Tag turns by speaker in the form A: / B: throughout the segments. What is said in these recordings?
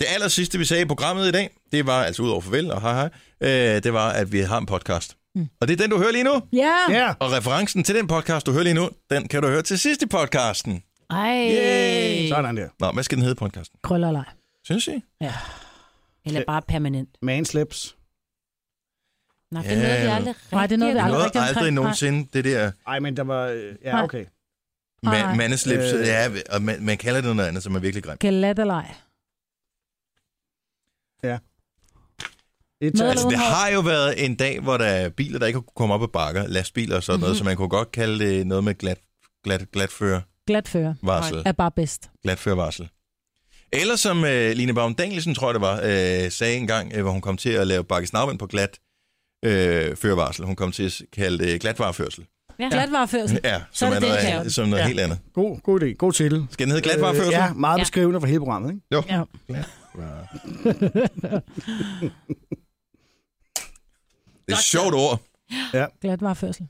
A: Det aller sidste, vi sagde i programmet i dag, det var, altså udover farvel og hej hej, øh, det var, at vi har en podcast. Mm. Og det er den, du hører lige nu.
B: Ja.
C: Ja.
A: Og referencen til den podcast, du hører lige nu, den kan du høre til sidst i podcasten.
B: Ej.
A: Yay.
C: Sådan der.
A: Nå, hvad skal den hedde podcasten?
B: Krøller eller ej.
A: Synes I?
B: Eller bare permanent.
C: Manslips.
D: Nå, det
A: Ja,
D: er noget, vi
A: ja.
D: aldrig rigtig...
B: Nej, det er noget, vi
A: Noget
B: aldrig
A: aldrig,
B: rigtig
A: aldrig
B: omkring.
A: nogensinde, det der
C: Ej, men der var... øh, Ja,
B: Nej.
C: okay.
A: ma-
B: Ej.
A: mandeslips, øh.
C: Øh.
A: ja, og man, man kalder det noget andet, som er virkelig grimt.
B: Galat eller ej.
C: Det
B: Med
C: tager...
A: Altså,
B: Eller
A: det
B: hun har-
A: har jo været en dag, hvor der er biler, der ikke kunne komme op ad bakker, lastbiler og sådan noget,
B: Mhm.
A: så man kunne godt kalde det noget med glat, glat, glatfører
B: Glat fører
A: varsel.
B: er bare bedst.
A: glatførvarsel. Eller som øh, Line Baum Danielsen, tror jeg det var, øh, sagde engang, øh, hvor hun kom til at lave bakkesnavn på glat øh, førvarsel. Hun kom til at s- kalde det glatvareførsel.
D: Ja.
B: Glat
D: Altså,
B: førsel.
A: Ja, som
B: det
A: er
B: det,
A: noget,
B: det
A: af-
B: kan.
A: som noget
C: Ja.
A: helt andet.
C: God, god idé. God titel.
A: Skal den hedde glatvareførsel?
C: Øh, Ja, meget
D: Ja.
C: beskrivende for hele programmet, ikke?
A: Jo.
B: Ja.
A: Det er et sjovt ord.
B: Glat førsel.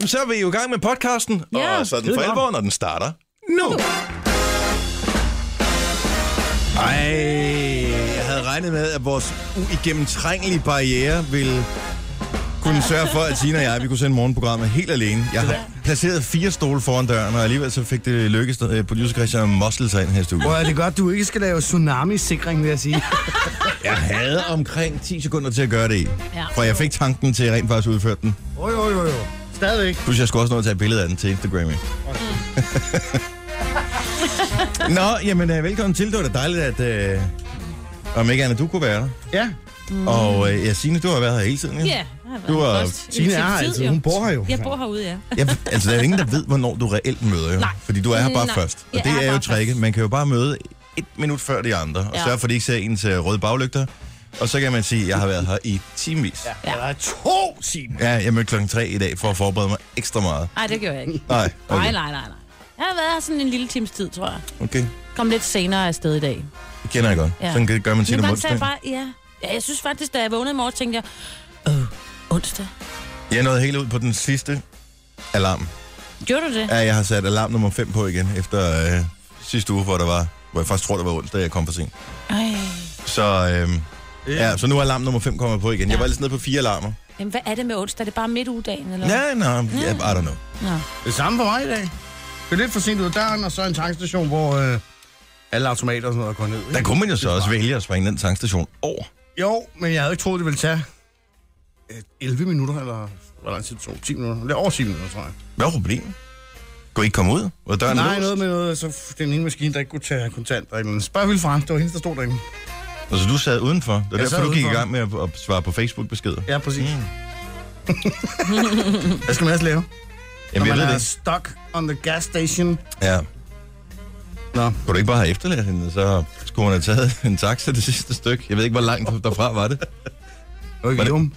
A: Jamen, så er vi jo i gang med podcasten, ja,
B: Ja.
A: og så er den
C: Skide
A: for
C: godt.
A: alvor, når den starter. Nu! Ej, jeg havde regnet med, at vores uigennemtrængelige barriere ville kunne sørge for, at Sina og jeg vi kunne sende morgenprogrammet helt alene. Jeg har placeret fire stole foran døren, og alligevel så fik det lykkes øh, producer Christian Mossel sig ind her i studiet.
C: Hvor er det godt, du ikke skal lave tsunami-sikring, vil jeg sige.
A: Jeg havde omkring 10 sekunder til at gøre det i,
B: Ja.
A: for jeg fik tanken til at rent faktisk udføre den.
C: Jo, jo, jo, jo. Stadigvæk.
A: Plus, jeg skulle også nå at tage et billede af den til Instagram.
D: Mm.
A: jo. nå, jamen, øh, velkommen til. Det var da dejligt, at... Øh, om ikke andet, du kunne være der.
C: Ja,
A: Mm. Og øh, ja, Signe, du har været her hele tiden, ja?
D: Ja, jeg har været
A: Du
D: her
A: er-
D: først en
C: Signe er
D: times
C: her
D: tid,
C: altid.
D: jo.
C: Hun bor her jo.
D: Jeg bor herude, ja.
A: Jeg, altså, der er jo ingen, der ved, hvornår du reelt møder, jo.
D: Nej.
A: Fordi du er her bare
D: Nej.
A: først. Og
D: Jeg er
A: det er jo
D: bare
A: tricket.
D: først.
A: Man kan jo bare møde et minut før de andre, og
D: Ja.
A: sørge for, at de ikke ser ens øh, røde baglygter. Og så kan man sige, at jeg har været her i timevis. Ja.
C: Der er to timer.
A: ja, jeg mødte klokken tre i dag for at forberede mig ekstra meget.
D: Nej, det gjorde jeg ikke.
A: Nej,
D: Nej,
A: okay.
D: nej, nej, nej. Jeg har været her sådan en lille times tid, tror jeg.
A: okay.
D: Kom lidt senere afsted i dag.
A: Det kender jeg godt.
D: Ja.
A: Sådan gør- gør man tit
D: Nogle
A: om
D: gange sagde jeg
A: onsdagen.
D: bare, ja. ja. Jeg synes faktisk, da jeg vågnede i morges, tænkte jeg, åh, onsdag.
A: Jeg nåede helt ud på den sidste alarm.
D: Gjorde du det?
A: Ja, jeg har sat alarm nummer 5 på igen, efter øh, sidste uge, hvor, der var, hvor jeg faktisk tror, det var onsdag, jeg kom for sent.
D: Ej.
A: Så, øh, ja, så nu er alarm nummer 5 kommet på igen. Jeg
D: Ja.
A: var altid nede på fire alarmer.
D: Jamen, hvad er det med onsdag? Er det bare midtugedagen, eller?
A: Ja, nej, ja, I don't know.
D: Nå.
C: Det samme for mig i dag. Det er lidt for sent ud af døren, og så en tankstation, hvor øh, alle automater og sådan noget går ned.
A: Der
C: Ikke?
A: kunne man jo så også vælge at springe den tankstation over.
C: Jo, men jeg havde ikke troet, det ville tage øh, 11 minutter, eller hvor lang tid det tog? 10 minutter? Det er over 10 minutter, tror jeg.
A: Hvad er problemet? Kunne I ikke komme ud? Var døren
C: Nej,
A: låst?
C: noget med noget, så f- den ene maskine, der ikke kunne tage kontanter. eller noget. Spørg Ville Frank, det var hende, der stod derinde.
A: Altså, du sad udenfor. Det var
C: Jeg
A: derfor,
C: sad
A: du gik i
C: udenfor.
A: gang med at, at svare på Facebook-beskeder. Mm.
C: Ja, præcis. Hvad skal man ellers
A: Jamen,
C: lave? Når
A: jeg
C: man
A: ved
C: er
A: det.
C: stuck on the gas station.
A: Ja.
C: Nå.
A: Kunne du ikke bare have efterladt hende, så skulle hun have taget en taxa det sidste stykke. Jeg ved ikke, hvor langt derfra var det.
C: Okay,
A: det-
C: jo.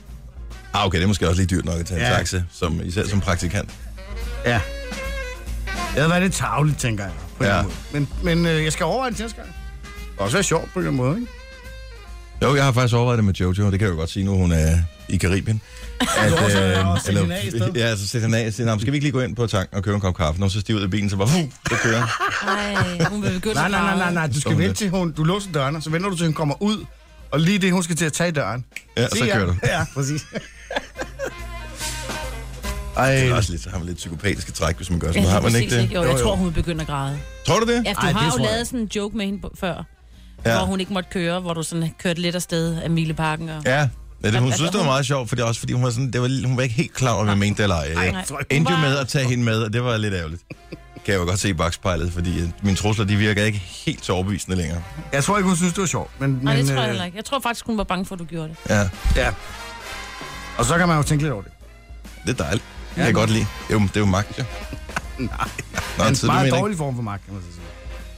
A: Ah, okay, det er måske også lige dyrt nok at tage en
C: Ja.
A: taxa, som, især som praktikant.
C: Ja. Det havde været lidt tavligt, tænker jeg. På
A: Ja.
C: ja. måde. Men, men øh, jeg skal overveje det til næste gang. Det også være sjovt på en eller anden måde, ikke?
A: Jo, jeg har faktisk overvejet det med Jojo, det kan jeg jo godt sige nu, hun er i Karibien. At, øh,
C: Du har også overvejet at sætte hende af i stedet.
A: ja, så sætte hende af og sige, "Nå, men skal vi ikke lige gå ind på tanken og købe en kop kaffe? Når hun så stiger ud af bilen, så bare, "Fuh," så kører han.
D: Ej, hun vil begynde
C: Nej,
D: at
C: nej, nej,
D: grave.
C: nej, nej. Du skal
A: Sådan
C: vente
A: det.
C: til hun, du låser døren, og så venter du til hun kommer ud. Og lige det, hun skal til at tage i døren.
A: Ja, så
C: Se,
A: kører du.
C: Ja, præcis. Ej,
A: Det er også lidt, så har man lidt psykopatiske træk, hvis man gør sådan
D: Ja,
A: noget. Har man
D: præcis,
A: ikke det?
D: Jo, jeg
C: Jo, jo.
D: tror, hun vil begynde at græde.
A: Tror du det?
D: Ja,
C: Ej,
D: for du
C: det
D: har jo
C: tror jeg
D: lavet sådan en joke med hende på- før,
A: Ja.
D: ja. hvor hun ikke måtte køre, hvor du sådan kørte lidt afsted af Mileparken. Og...
A: Ja. Ja, det, hun
D: Altså,
A: synes, det var
D: hun-
A: meget sjovt, for det er også fordi, hun var, sådan, det var, hun var ikke helt klar over, hvad jeg mente det eller ej. Jeg
D: nej.
A: endte jo med at tage hende med, og det var lidt ærgerligt. Kan jeg jo godt se i bagspejlet, fordi øh, mine trusler, de virker ikke helt så overbevisende længere.
C: jeg tror ikke, hun synes, det var sjovt. Men,
D: Nej, det
C: men,
D: tror jeg
C: øh,
D: heller ikke. Jeg tror faktisk, hun var bange for, at du gjorde det.
A: Ja.
C: Ja. Og så kan man jo tænke lidt over det.
A: Det er dejligt. Det kan jeg godt lide. Jo, men det er jo magt, jo. Nej.
C: Men
A: Nå,
C: en
A: så du
C: meget
A: mener
C: dårlig
A: ikke?
C: form for magt, kan man så sige.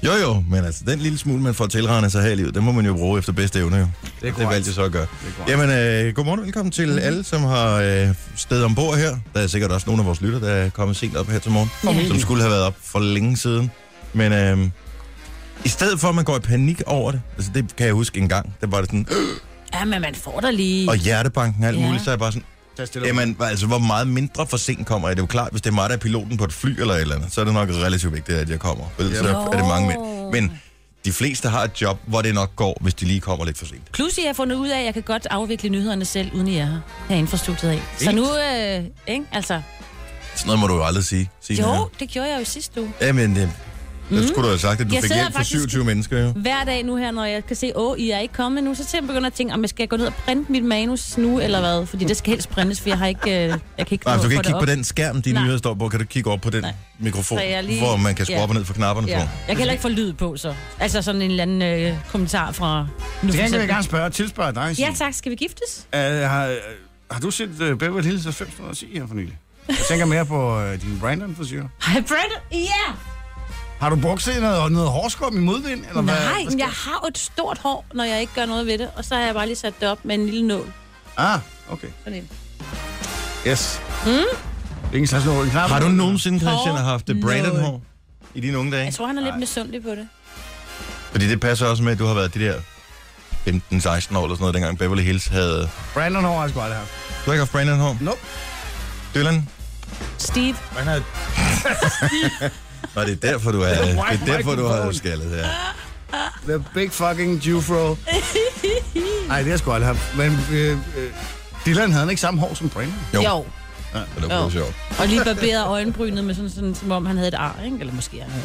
A: Jo, jo, men altså, den lille smule, man får tilregnet sig her i livet, den må man jo bruge efter bedste evne, jo.
C: Det er
A: Det valgte jeg så at gøre. Jamen, øh, godmorgen og velkommen til mm-hmm. alle, som har øh, stedet ombord her. Der er sikkert også nogle af vores lytter, der er kommet sent op her til morgen,
D: Ja.
A: som skulle have været op for længe siden. Men øh, i stedet for, at man går i panik over det, altså det kan jeg huske en gang, der var det sådan,
D: Ja, men man får dig lige.
A: og hjertebanken og alt
D: Ja.
A: muligt, så er jeg bare sådan, Jamen, altså, hvor meget mindre for sent kommer jeg? Det er jo klart, hvis det er mig, der er piloten på et fly eller et eller andet, så er det nok relativt vigtigt, at jeg kommer. Ellers så er det mange mænd. Men de fleste har et job, hvor det nok går, hvis de lige kommer lidt for sent.
D: Plus, I har fundet ud af, at jeg kan godt afvikle nyhederne selv, uden I er her. Herinde fra studiet af. Så nu, øh, ikke? Altså,
A: Sådan noget må du jo aldrig sige. Signe.
D: jo, det gjorde jeg jo i sidste uge.
A: Jamen, det, mm. skulle du have sagt, at du
D: Jeg
A: jeg fik
D: sidder
A: hjælp fra
D: faktisk-
A: 27 mennesker, jo.
D: Hver dag nu her, når jeg kan se, åh, I er ikke kommet nu, så simpelthen begynder jeg at tænke, om jeg skal gå ned og printe mit manus nu, eller hvad? Fordi det skal helst printes, for jeg har ikke... Øh, jeg kan ikke
A: Nej,
D: nå
A: du kan
D: at få
A: ikke
D: det
A: kigge
D: op.
A: på den skærm, dine
D: Nej.
A: nyheder står på. Kan du kigge op på den Nej. mikrofon,
D: Så jeg lige-
A: hvor man kan skrue
D: Ja.
A: op og ned for knapperne ja.
D: Ja.
A: på?
D: Jeg kan heller ikke få lyd på, så. Altså sådan en eller anden øh, kommentar fra... Nu
C: Det
D: for
C: kan jeg
D: eksempel.
C: gerne spørge, tilspørge dig.
D: Ja tak, skal vi giftes?
C: Uh, har, øh, har du set uh, Beverly Hills 510 her for nylig? Jeg tænker mere på uh, din Brandon frisyr.
D: Hej Brandon, ja!
C: Har du brugt sig noget, noget hårskrum i modvind? Eller
D: Nej,
C: Hvad?
D: men jeg har jo et stort hår, når jeg ikke gør noget ved det, og så har jeg bare lige sat det op med en lille nål.
C: Ah, okay.
D: Sådan en.
C: Yes.
D: Hmm?
C: Mm? Ingen slags noget. Knap.
A: Har du nogensinde, Christian,
D: Hår. Altså,
A: haft øh,
D: Noget.
A: Brandon-hår i dine unge dage?
D: Jeg tror, han er lidt misundelig på det.
A: Fordi det passer også med, at du har været de der 15-16 år eller sådan noget, dengang Beverly Hills havde...
C: Brandon hår har jeg sgu aldrig haft.
A: Du har ikke haft Brandon-hår?
C: Nope.
A: Dylan?
D: Steve,
C: Han havde...
A: Nå, det er derfor, du er, det
C: White
A: er derfor, du har
C: microphone.
A: skaldet her.
C: The big fucking Jufro. Nej, det har jeg sgu aldrig haft. Men øh, øh, Dylan havde han ikke samme hår som Brandon.
A: Jo.
D: jo.
A: Men det var
D: Jo.
A: jo. sjovt.
D: Og lige barberet øjenbrynet med sådan, sådan, som om han havde et ar, ikke? Eller måske han havde.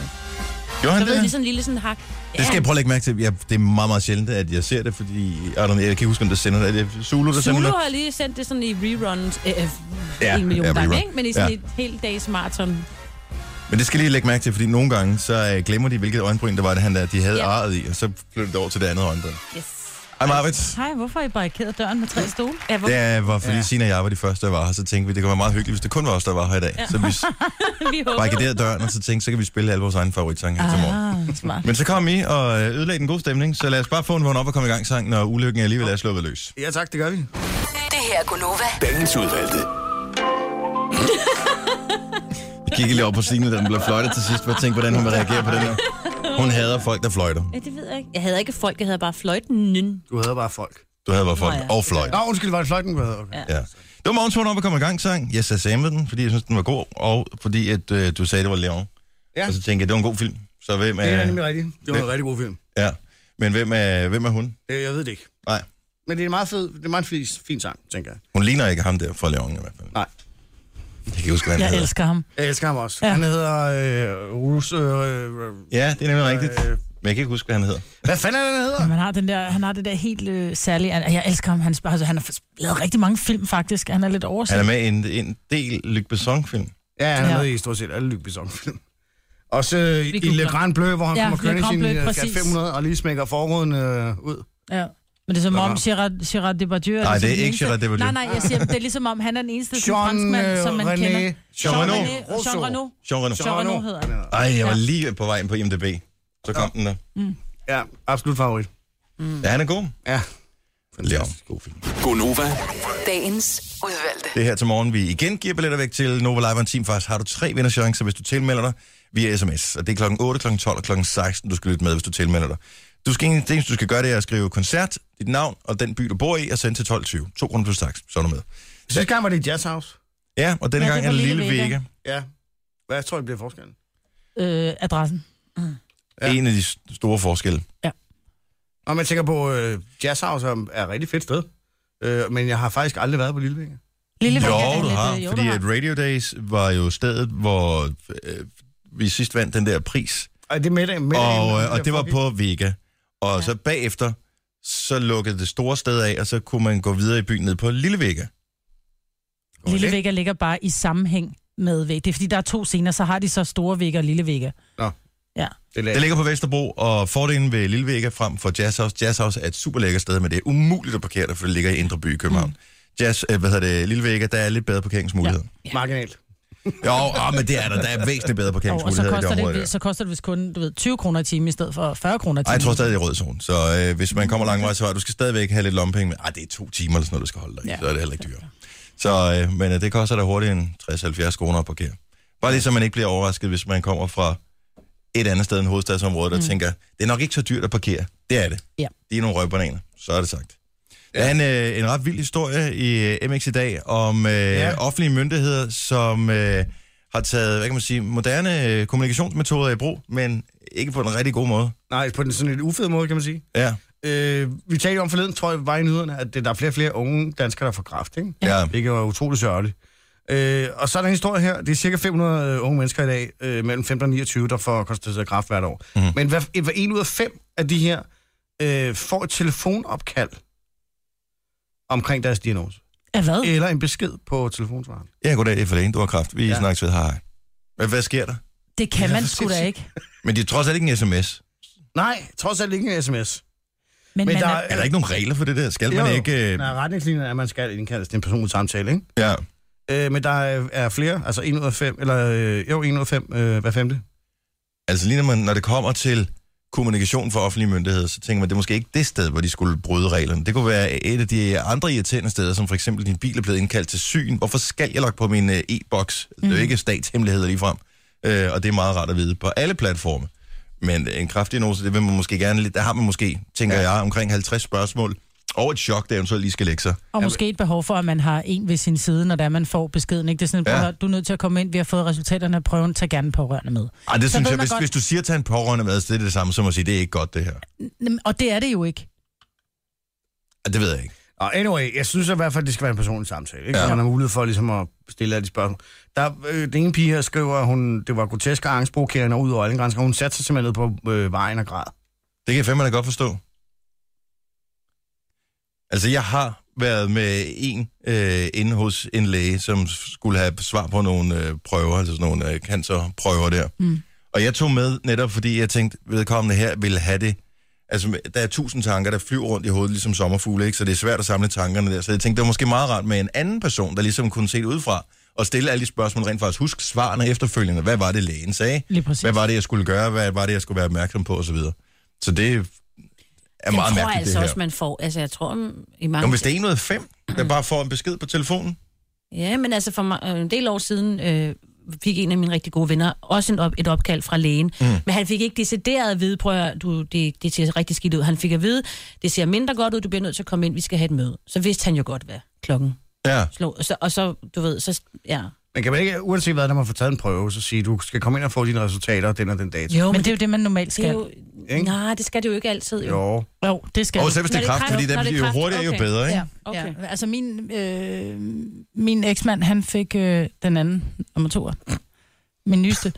A: Gjorde
D: Så
A: han
D: ved ligesom- lige
A: det?
D: sådan en lille sådan hak.
A: Det skal jeg prøve at lægge mærke til. Jeg, det er meget, meget sjældent, at jeg ser det, fordi... I don't know, Jeg kan ikke huske, om der sender det. Er det Zulu, der
D: Zulu
A: sender det?
D: har lige sendt det sådan i reruns øh, øh,
A: Ja,
D: ja, en million
A: ja,
D: ja, gange,
A: rerun.
D: ikke? Men i sådan
A: Ja.
D: ja. et helt dags maraton.
A: Men det skal jeg lige lægge mærke til, fordi nogle gange, så øh, glemmer de, hvilket øjenbryn det var, det han der, de havde
D: Ja.
A: arret i, og så flytter det over til det andet øjenbryn.
D: Yes.
A: Hej, Marvitt.
B: Hej, hvorfor har I barrikeret døren med tre stole?
D: Ja, hvor,
A: Det var fordi ja. Sina og jeg var de første, der var her, så tænkte vi, det kunne være meget hyggeligt, hvis det kun var os, der var her i dag. Ja. Så vi
D: vi håber.
A: barrikaderede døren, og så tænkte, så kan vi spille alle vores egne favoritsange her til morgen.
B: Ah, smart.
A: Men så kom I og øh, ødelagde den gode stemning, så lad os bare få en vågn op og komme i gang sang, når ulykken alligevel er sluppet løs.
C: Ja tak, det gør vi.
E: Det her er Gunova.
F: Dagens udvalgte.
A: Jeg kiggede lige op på Signe, da den blev fløjtet til sidst, for jeg tænkte, hvordan hun vil reagere på den her. Hun hader folk, der fløjter.
D: Ja, det ved jeg ikke. Jeg havde ikke folk, jeg havde bare fløjten.
C: Du havde bare folk.
A: Du hader bare folk
D: Nå ja.
A: og fløjt.
C: Nå, undskyld, var det fløjten, du havde? Okay. Ja.
A: Ja. Det var morgens vågn op og komme i gang sang. Jeg sagde den, fordi jeg synes, den var god, og fordi at, øh, du sagde, det var Leon.
C: Ja.
A: Og så tænkte jeg, det var en god film. Så hvem
C: Det er
A: er...
C: nemlig rigtigt. Det var en rigtig god film.
A: Ja. Men hvem er, hvem er hun?
C: Øh, Jeg ved det ikke.
A: Nej,
C: Men det er en meget fed, det er en meget fin, fin sang, tænker jeg.
A: hun ligner ikke ham der fra Leon i hvert fald.
C: Nej.
A: Jeg kan ikke huske, hvad han
B: Jeg
A: hedder.
B: elsker ham.
C: Jeg elsker ham også.
B: Ja.
C: Ja. Han hedder øh, Rus... Øh, øh,
A: Ja, det er nemlig rigtigt. Men jeg kan ikke huske, hvad han hedder.
C: hvad fanden er det, han hedder?
B: Men Han har, den der, han har det der helt øh, særlige... han- Jeg elsker ham. Han, sp- altså, han har f- lavet rigtig mange film, faktisk. Han er lidt overset.
A: Han er med i en, en del Luc Besson-film.
C: Ja, han er
B: Ja.
C: med i stort set alle Luc Besson-film. Også øh, i
B: googler.
C: Le Grand Bleu, hvor han
B: Ja,
C: ja, kommer
B: Le
C: kørende i
B: Grand
C: sin
B: Bleu,
C: øh, Fiat
B: præcis.
C: 500 og lige smækker forruden øh, ud.
B: Ja. Men det er som om Gerard, Gerard Depardieu... er
A: Nej,
B: ligesom
A: det er
B: den
A: ikke
B: eneste-
A: Gerard Depardieu.
B: Nej, nej, jeg siger, det er ligesom om, han er den eneste sådan
C: Jean,
B: franskmand,
C: øh,
B: som man
C: René- øh,
B: kender.
C: Jean
A: Reno.
B: René- Jean
C: Rousseau.
B: Reno.
A: Jean Reno.
B: Jean Reno hedder han.
A: Ej, jeg var lige på vej ind på IMDb. Så kom den der.
C: Mm. Ja, absolut favorit.
A: Ja, han er god.
C: Ja.
A: Leon, god film.
F: Gonova.
E: Dagens udvalgte.
A: Det er her til morgen, vi igen giver billetter væk til Nova Live on Team. Faktisk har du tre vinderchancer, hvis du tilmelder dig via sms. Og det er klokken 8, klokken 12 og klokken 16, du skal lytte med, hvis du tilmelder dig. Du skal, det eneste, du skal gøre, det er at skrive koncert, dit navn og den by, du bor i, og sende til 12.20. To kroner plus tax, så er du med.
C: Sidste gang var det i Jazz House.
A: Ja, og denne
B: Ja,
A: ja,
B: det
A: gang er
B: var
A: det Lille
B: Lille Vega.
A: Vega.
C: Ja. Hvad tror jeg bliver forskellen?
B: Øh, adressen.
A: Ja. En af de s- store forskelle.
C: Når man tænker på øh, Jazz House, som er et rigtig fedt sted. Øh, men jeg har faktisk aldrig været på Lillevinge.
B: Lille Vega er
A: Jo, du
B: lidt,
A: har,
B: øh, jo,
A: fordi
B: du har.
A: at Radio Days var jo stedet, hvor øh, vi sidst vandt den der pris,
C: Og det er middag, middag
A: og, øh, og det var på Vega. Og så bagefter, så lukkede det store sted af, og så kunne man gå videre i byen ned på Lille Vega.
B: Lille Vega ligger bare i sammenhæng med Vega. Det er fordi, der er to scener, så har de så store Vega og Lille Vega.
C: Nå.
B: Ja.
C: Det
A: Det
C: lag.
A: ligger på Vesterbro, og fordelen ved Lille Vega frem for Jazz House. Jazz House er et super lækker sted, men det er umuligt at parkere der, for det ligger i Indre By i København. Mm. Jazz, øh, hvad hedder det, Lille Vega, der er lidt bedre parkeringsmuligheder.
C: Marginalt.
A: Ja. Jo, åh, men det er der. Der er væsentligt bedre
B: Og, og så,
A: parkeringsmuligheder i det
B: koster
A: område.
B: det,
A: der.
B: så koster det vist kun du ved, 20 kroner i timen i stedet for 40 kroner i timen.
A: Ej, jeg tror stadig, det er rød zone. Så øh, hvis man kommer langvejs, så du skal stadigvæk have lidt lompenge. Men ej, det er to timer eller sådan noget, du skal holde dig i.
B: Ja.
A: Så er det heller ikke dyrere. Så, øh, men øh, det koster da hurtigt en 60-70 kroner at parkere. Bare lige så man ikke bliver overrasket, hvis man kommer fra et andet sted end hovedstadsområdet, og tænker, det er nok ikke så dyrt at parkere. Det er det.
B: Mm. Ja.
A: De er nogle røvbananer. Så er det sagt. Der er en, øh, en ret vild historie i øh, MX i dag om øh, ja. offentlige myndigheder, som øh, har taget, hvad kan man sige, moderne øh, kommunikationsmetoder i brug, men ikke på den rigtig gode måde.
C: Nej, på den sådan lidt ufede måde, kan man sige.
A: Ja.
C: Øh, vi talte jo om forleden, tror jeg, var i nyhederne, at øh, der er flere og flere unge danskere, der får kræft, ikke?
A: Ja.
C: Hvilket var utroligt sørgeligt. Øh, og så er der en historie her. Det er cirka 500 unge mennesker i dag, øh, mellem 15 og 29, der får konstateret kræft hvert år.
A: Mhm.
C: Mm. Men hver, hver en ud af fem af de her øh, får et telefonopkald omkring deres diagnose.
B: Af hvad?
C: Eller en besked på telefonsvaren.
A: Ja, goddag, det er for længe. Du har kraft. Vi ja.
C: Ja.
A: snakkes ved. Hej, Hej. Hvad, hvad sker der?
B: Det kan
C: Ja,
B: man
C: for
B: sgu da
C: sindssygt.
B: ikke.
A: Men det er trods alt ikke en sms.
C: Nej, trods alt ikke en sms.
B: Men,
C: Men
B: man
C: der
B: er,
A: Er der ikke nogen regler for det der? Skal man
C: Jo,
A: ikke... Øh...
C: Der er retningslinjer, at man skal indkaldes til en personlig samtale, ikke?
A: Ja.
C: Øh, men der er- er flere, altså en ud af fem, eller øh, jo, en ud af fem, øh, hver femte.
A: Altså lige når, man, når det kommer til kommunikation for offentlige myndigheder, så tænker man, det er måske ikke det sted, hvor de skulle bryde reglerne. Det kunne være et af de andre irriterende steder, som for eksempel din bil er blevet indkaldt til syn. Hvorfor skal jeg logge på min øh, e-boks? Det
B: Mm.
A: er jo ikke statshemmeligheder ligefrem. Øh, og det er meget rart at vide på alle platforme. Men en kraftig diagnose, det vil man måske gerne lidt. Der har man måske, tænker ja. jeg, omkring 50 spørgsmål. Og et chok, der eventuelt lige skal lægge sig.
B: og måske et behov for, at man har en ved sin side, når det er, man får beskeden. Ikke? Det er sådan,
A: Ja.
B: ja. du er nødt til at komme ind, vi har fået resultaterne af prøven, tag gerne pårørende med.
A: Ej, det
B: Så
A: synes
B: ved
A: jeg,
B: man
A: hvis,
B: godt-
A: hvis du siger til en pårørende, hvad, så det er det samme som at sige, det er ikke godt det her.
B: Jamen, Og det er det jo ikke.
A: Ej, Det ved jeg ikke.
C: Og anyway, jeg synes i hvert fald, det skal være en personlig samtale, ikke?
A: Ja.
C: Ja. Så man har mulighed for ligesom at stille alle de spørgsmål. Der, øh, den ene pige her skriver, at hun, det var grotesk og angstprovokerende og ud over alle grænser, og hun satte sig simpelthen ned på øh, vejen og græd.
A: Det kan jeg fandme da godt forstå. Altså, jeg har været med en øh, inde hos en læge, som skulle have svar på nogle øh, prøver, altså sådan nogle øh, cancerprøver der. Mm. Og jeg tog med netop, fordi jeg tænkte, vedkommende her ville have det. Altså, der er tusind tanker, der flyver rundt i hovedet, ligesom sommerfugle, ikke? så det er svært at samle tankerne der. Så jeg tænkte, det var måske meget rart med en anden person, der ligesom kunne se det udefra, og stille alle de spørgsmål rent faktisk. Husk svarene efterfølgende. Hvad var det, lægen sagde?
B: Lige præcis.
A: Hvad var det, jeg skulle gøre? Hvad var det, jeg skulle være opmærksom på? Og så videre. Så det er
D: Den
A: meget
D: tror jeg
A: mærkeligt,
D: altså
A: det her.
D: også, man får. Altså, jeg tror, mm, i mange...
A: Jo, hvis det er en ud af fem, der bare får en besked på telefonen.
D: Ja, men altså for ma- øh, en del år siden øh, fik en af mine rigtig gode venner også en op, et opkald fra lægen. Mm. Men han fik ikke decideret at vide, prøv at høre, du, det, det ser rigtig skidt ud. Han fik at vide, det ser mindre godt ud, du bliver nødt til at komme ind, vi skal have et møde. Så vidste han jo godt, hvad klokken
A: Ja.
D: slog. Og så, og så du ved, så... Ja.
C: Men kan man ikke, uanset hvad, når man får taget en prøve, så sige, du skal komme ind og få dine resultater den og den dato?
D: Jo,
B: Men det er jo det, man normalt
D: det er
B: skal.
D: jo...
C: Ikke?
D: Nej, det skal det jo ikke altid, jo.
C: Jo.
B: Jo, det skal
A: Og
B: det.
A: selv hvis det er
D: Når det er
A: kraft,
D: kræft-
A: fordi
D: når
A: den,
D: det er
A: jo
D: kræft,
A: hurtigere, jo
D: okay.
A: bedre, ikke?
B: Ja, okay. ja. Altså min, øh, min eksmand, han fik øh, den anden, nummer to, min nyeste,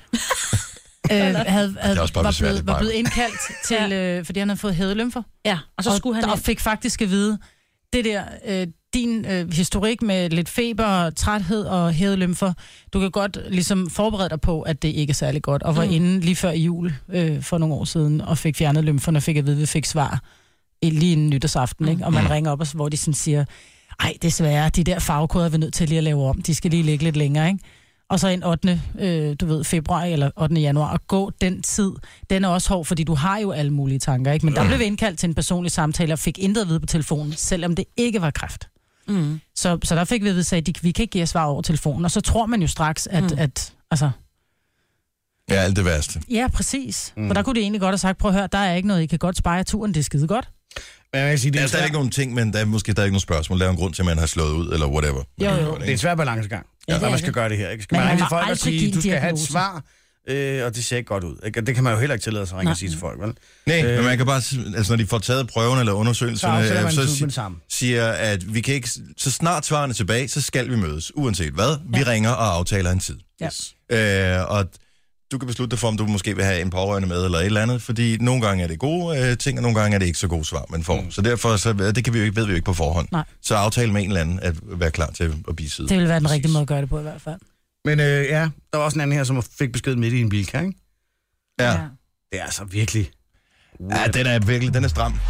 B: øh, havde, havde,
A: også bare
B: var,
A: besværligt,
B: blevet, var
A: Maja.
B: blevet indkaldt til, øh, fordi han havde fået hædelømfer.
D: Ja, og så skulle han...
B: og fik faktisk at vide, det der, øh, din øh, historik med lidt feber, træthed og hædelømfer, du kan godt ligesom forberede dig på, at det ikke er særlig godt. Og var
D: Mm.
B: mm. inde lige før jul øh, for nogle år siden, og fik fjernet lymferne, og fik at vide, at vi fik svar øh, lige inden nytårsaften. Ikke? Og
D: Mm.
B: man ringer op, og så- hvor de sådan siger, ej, desværre, de der farvekoder er vi nødt til lige at lave om. De skal lige ligge lidt længere, ikke? Og så en 8. Øh, du ved, februar eller 8. januar, og gå den tid. Den er også hård, fordi du har jo alle mulige tanker, ikke? Men der blev vi indkaldt til en personlig samtale og fik intet at vide på telefonen, selvom det ikke var kræft.
D: Mm.
B: Så, så der fik vi at vide, at de, vi kan ikke give jer svar over telefonen. Og så tror man jo straks, at...
D: Mm.
B: Mm. at altså,
A: Ja, alt det værste.
B: ja, præcis. Mm.
C: Mm.
B: For der kunne det egentlig godt have sagt, prøv at høre, der er ikke noget, I kan godt spare jer turen, det er skide godt.
C: Men jeg kan sige, det
A: Der
C: er,
A: er
C: en svær,
A: stadig nogle ting, men der er måske stadig nogle spørgsmål. Der er en grund til, at man har slået ud, eller whatever.
B: Jo, jo.
A: Men
C: det er en svær balancegang,
B: Ja,
C: ja,
B: det
C: når
B: er
C: man skal
B: det.
C: gøre det her. Ikke? Skal
B: Men
C: man
B: man
C: ringe til
B: må
C: folk og
B: aldrig
C: sige,
B: give en
C: du skal have et
B: diagnose.
C: svar, øh, og det ser ikke godt ud. Ikke? Og Det kan man jo heller ikke tillade sig at ringe
D: Nej.
C: og sige til folk, vel?
A: Nej,
C: Øh.
A: men man kan bare, s- altså når de får taget prøven eller
C: Så
A: undersøgelserne,
C: afsætter
A: øh,
C: man en
A: så,
C: tid med det
A: si-
C: samme.
A: siger, at vi kan ikke, så snart svarene er tilbage, så skal vi mødes, uanset hvad. Vi ringer og aftaler en tid.
B: Ja.
A: Øh, og du kan beslutte dig for, om du måske vil have en pårørende med eller et eller andet, fordi nogle gange er det gode øh, ting, og nogle gange er det ikke så gode svar, man får. Mm. Så derfor så, øh, det kan vi jo ikke, ved vi jo ikke på forhånd.
B: Nej.
A: Så aftale med en eller anden at være klar til at blive side.
B: Det ville være den
A: Præcis.
B: rigtige måde at gøre det på i hvert fald.
C: Men øh, ja, der var også en anden her, som fik besked midt i en bilkær, ikke?
A: Ja.
C: Det er altså virkelig...
A: ja, den er virkelig, den er stram.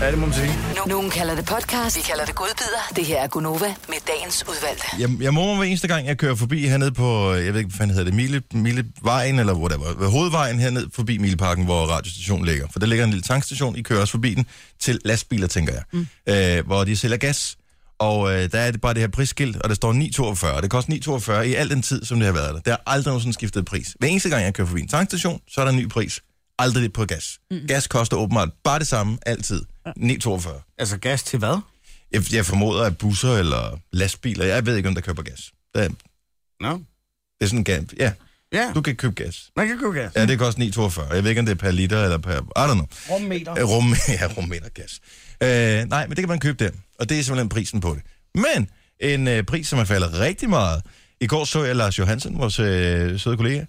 C: Ja, det må man sige.
E: Nu- Nogen kalder det podcast, vi kalder det godbider. Det her er Gunova med dagens udvalgte.
A: Jeg, jeg må hver eneste gang, jeg kører forbi hernede på, øh, jeg ved ikke, hvad fanden hedder det, Mile, Milevejen, eller whatever, øh, hovedvejen hernede forbi Mileparken, hvor radiostationen ligger. For der ligger en lille tankstation, I kører også forbi den, til lastbiler, tænker jeg, mm. øh, hvor de sælger gas. Og øh, der er det bare det her prisskilt, og der står 9,42. Det koster 9,42 i al den tid, som det har været der. Der er aldrig nogensinde skiftet pris. Hver eneste gang, jeg kører forbi en tankstation, så er der en ny pris. Aldrig det på gas. Mm. Gas koster åbenbart bare det samme, altid. 9,42.
C: Altså gas til hvad?
A: Jeg, jeg formoder, at busser eller lastbiler, jeg ved ikke, om der køber gas. Der,
C: Nå.
A: Det er sådan, ga- ja,
C: Ja,
A: du kan købe gas.
C: man kan købe gas.
A: Ja, det koster 9,42. Jeg ved ikke, om det er per liter eller per... I don't know.
C: Rummeter.
A: Øh, Rum, ja, rummeter gas. Øh, nej, men det kan man købe der, og det er simpelthen prisen på det. Men en øh, pris, som er faldet rigtig meget. I går så jeg Lars Johansen, vores øh, søde kollega.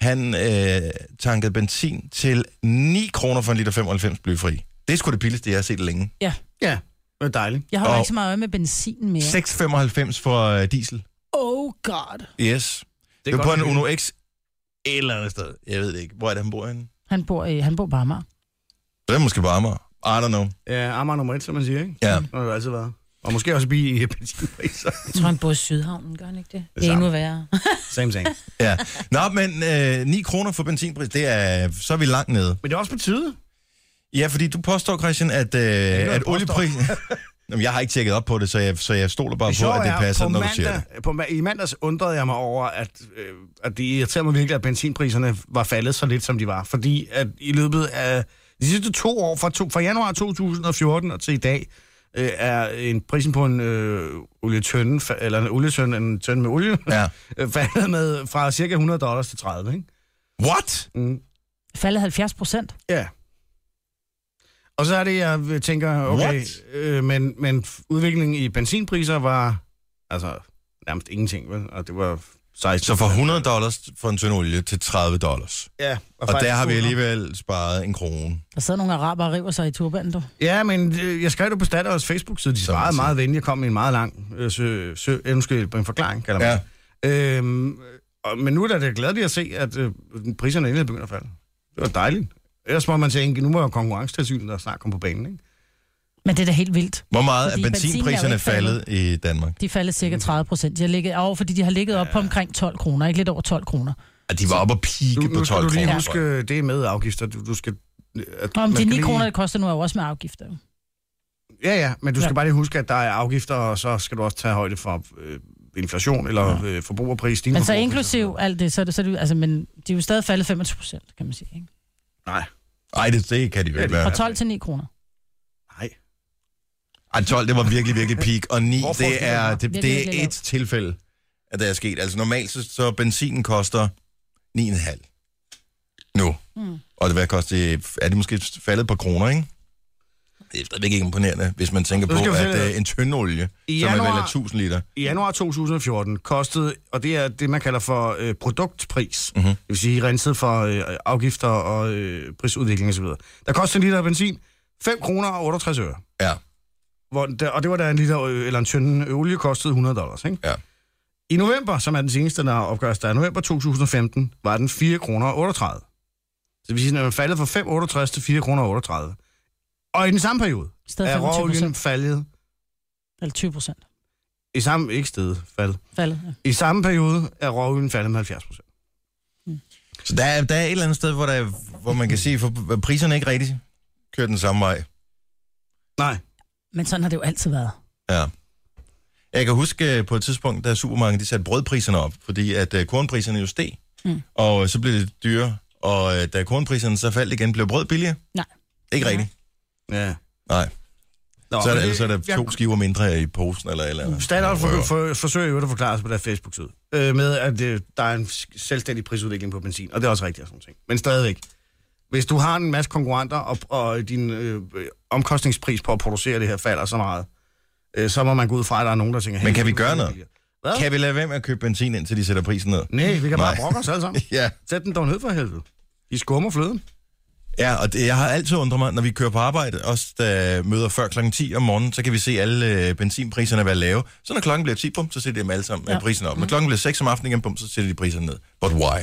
A: Han øh, tankede benzin til 9 kroner for en liter 95 blyfri. Det er sgu det billigste, jeg har set længe.
B: Ja,
C: Ja, det er dejligt.
B: jeg holder
A: Og-
B: ikke så meget øje med benzin mere.
A: 6,95 for øh, diesel.
B: Oh god.
A: Yes. Det er, det er på en Uno X et eller andet sted. Jeg ved det ikke. Hvor er det, han bor henne?
B: Han bor, i, han bor på Amager.
A: Det er måske bare Amager. I don't know.
C: Ja, Amager nummer et, som man siger, ikke?
A: Ja.
C: Det har det altid været. Og måske også bi i benzinpriser.
D: Jeg tror, han bor i Sydhavnen, gør han ikke det? Det er
C: samme.
D: endnu værre.
C: Same thing.
A: Ja. Nå, men øh, 9 kroner for benzinpris, det er, så er vi langt nede.
C: Men det er også på tide.
A: Ja, fordi du påstår, Christian, at, øh,
C: jeg
A: at
C: påstår.
A: olieprisen... Jamen, jeg har ikke tjekket op på det, så jeg, så jeg stoler bare
C: Det
A: på,
C: sjove
A: at det
C: er,
A: passer,
C: på
A: når
C: mandag,
A: du siger det.
C: På, ma- I mandags undrede jeg mig over, at, øh, at det irriterede mig virkelig, at benzinpriserne var faldet så lidt, som de var. Fordi at i løbet af de sidste to år, fra, to, fra januar 2014 og til i dag, øh, er en prisen på en øh, olietønde, fa- eller en olietønde, en tønde med olie,
A: Ja.
C: øh, faldet med fra cirka 100 dollars til 30, ikke?
A: What?
B: Faldet 70 procent.
C: Ja. Og så er det, jeg tænker, okay,
A: What?
C: øh, men, men udviklingen i benzinpriser var altså nærmest ingenting, vel? Og det var 16.
A: Så fra 100 dollars for en tynd olie til 30 dollars.
C: Ja,
A: Og der
C: faktisk
A: har vi
C: 200.
A: alligevel sparet en krone.
B: Der sidder nogle araber og river sig i turbanen, du.
C: Ja, men øh, jeg skrev det på Statoils Facebook-side. De
A: Som man
C: svarede
A: siger.
C: meget venligt. Jeg kom med en meget lang øh, sø, sø, øh, undskyld, en forklaring, kalder man ja. øhm, og, Men nu er det glædeligt at se, at øh, priserne endelig begynder at falde. Det var dejligt. Ellers må man tænke, nu må jo konkurrencetilsynet der snart komme på banen, ikke?
B: Men det er da helt vildt.
A: Hvor meget
B: Fordi
A: er benzinpriserne
B: benzinen er jo ikke
A: faldet i Danmark?
B: De faldet cirka 30 procent. De har ligget, og fordi de har ligget op på omkring 12 kroner, ikke lidt over 12 kroner.
A: At de var oppe og pike
C: Nu,
A: på
C: nu skal
A: 12
C: du lige
A: kroner. tror jeg.
C: huske, øh, det er med afgifter. Du, du skal, at,
B: Nå,
C: man
B: men de
C: skal
B: 9 kroner, det koster nu, er jo også med afgifter. jo.
C: Ja, ja, men du skal
B: Ja.
C: ja. bare lige huske, at der er afgifter, og så skal du også tage højde for øh, inflation eller ja. øh, forbrugerpris. stigende
B: Men så
C: forbrugerpris.
B: Altså, inklusiv alt det, så er det, så er det, altså, men de er jo stadig faldet 25 procent, kan man sige. Ikke?
C: Nej,
A: Ej, det, det kan de jo
C: Ja,
A: ikke
C: det-
A: være.
B: Fra 12 til 9 kroner.
C: nej.
A: Ej, 12, det var virkelig, virkelig peak. Og 9,
C: Hvorfor
A: det er, det,
B: Virkelig,
A: det
B: virkelig
A: er et
B: lavt.
A: tilfælde, at det er sket. Altså normalt, så, så benzinen koster 9,5 nu. Mm. Og det, hvad koster det? Er det måske faldet på kroner, ikke? Det er stadigvæk ikke imponerende, hvis man tænker
C: Nu skal
A: på,
C: jeg fortælle
A: at
C: dig.
A: uh, en tyndolie,
C: I
A: som er vel
C: januar-
A: af 1000 liter.
C: I januar 2014 kostede, og det er det, man kalder for øh, produktpris, mm-hmm. det vil sige renset for øh, afgifter og øh, prisudvikling osv., der kostede en liter benzin 5 kroner og 68 øre.
A: Ja,
C: Hvor, der, og det var da en liter øh, eller en tynde olie kostede 100 dollars, ikke?
A: Ja.
C: I november, som er den seneste, der opgøres der, i november 2015, var den 4 kroner og 38. Så det vil sige, at den er faldet fra 5,68 til 4 kroner og 38. Og i den samme periode
B: Stadig
C: er
B: 25
C: råolien
B: procent.
C: faldet
B: Eller 20 procent.
C: i samme, ikke sted, faldet.
B: Faldet, ja.
C: I samme periode er råolien faldet med 70 procent.
A: så der er, der er et eller andet sted, hvor, der, er- hvor man kan sige, for priserne ikke rigtig kører den samme vej.
C: Nej.
B: Men sådan har det jo altid været.
A: Ja. Jeg kan huske øh, på et tidspunkt, da supermarkedet de satte brødpriserne op, fordi at øh, kornpriserne jo steg, mm. og øh, så blev det dyrere, og øh, da kornpriserne så faldt igen, blev brød billigere?
B: Nej.
A: Ikke
B: Nej.
A: rigtigt?
C: Ja.
A: Nej.
C: Nå,
A: Så er,
C: men
A: der,
C: det-
A: så er der
C: jeg-
A: to skiver mindre i posen eller et eller andet.
C: Standard for,
A: Røver.
C: for, forsøger jo at forklare sig på deres Facebook-side, øh, med at øh, der er en s- selvstændig prisudvikling på benzin, og det er også rigtigt og sådan nogle ting. Men stadigvæk, hvis du har en masse konkurrenter, og, og din øh, øh, omkostningspris på at producere det her falder så meget, øh, så må man gå ud fra, at der er nogen, der tænker...
A: Men
C: "Hey,
A: kan vi
C: det er
A: gøre
C: billigere."
A: noget? Kan vi lade være med at købe benzin, indtil de sætter prisen ned?
C: Hvad? Nej, vi kan bare
A: Nej.
C: brokke os alle sammen.
A: Ja.
C: Sæt den dog ned for helvede. I skummer fløden.
A: Ja, og det, jeg har altid undret mig, når vi kører på arbejde, også da møder før kl. 10 om morgenen, så kan vi se alle øh, benzinpriserne være lave. Så når klokken bliver 10, bum, så sætter de dem alle sammen ja. Mm. prisen op. Når klokken bliver 6 om aftenen igen, bum, så sætter de priserne ned. But why?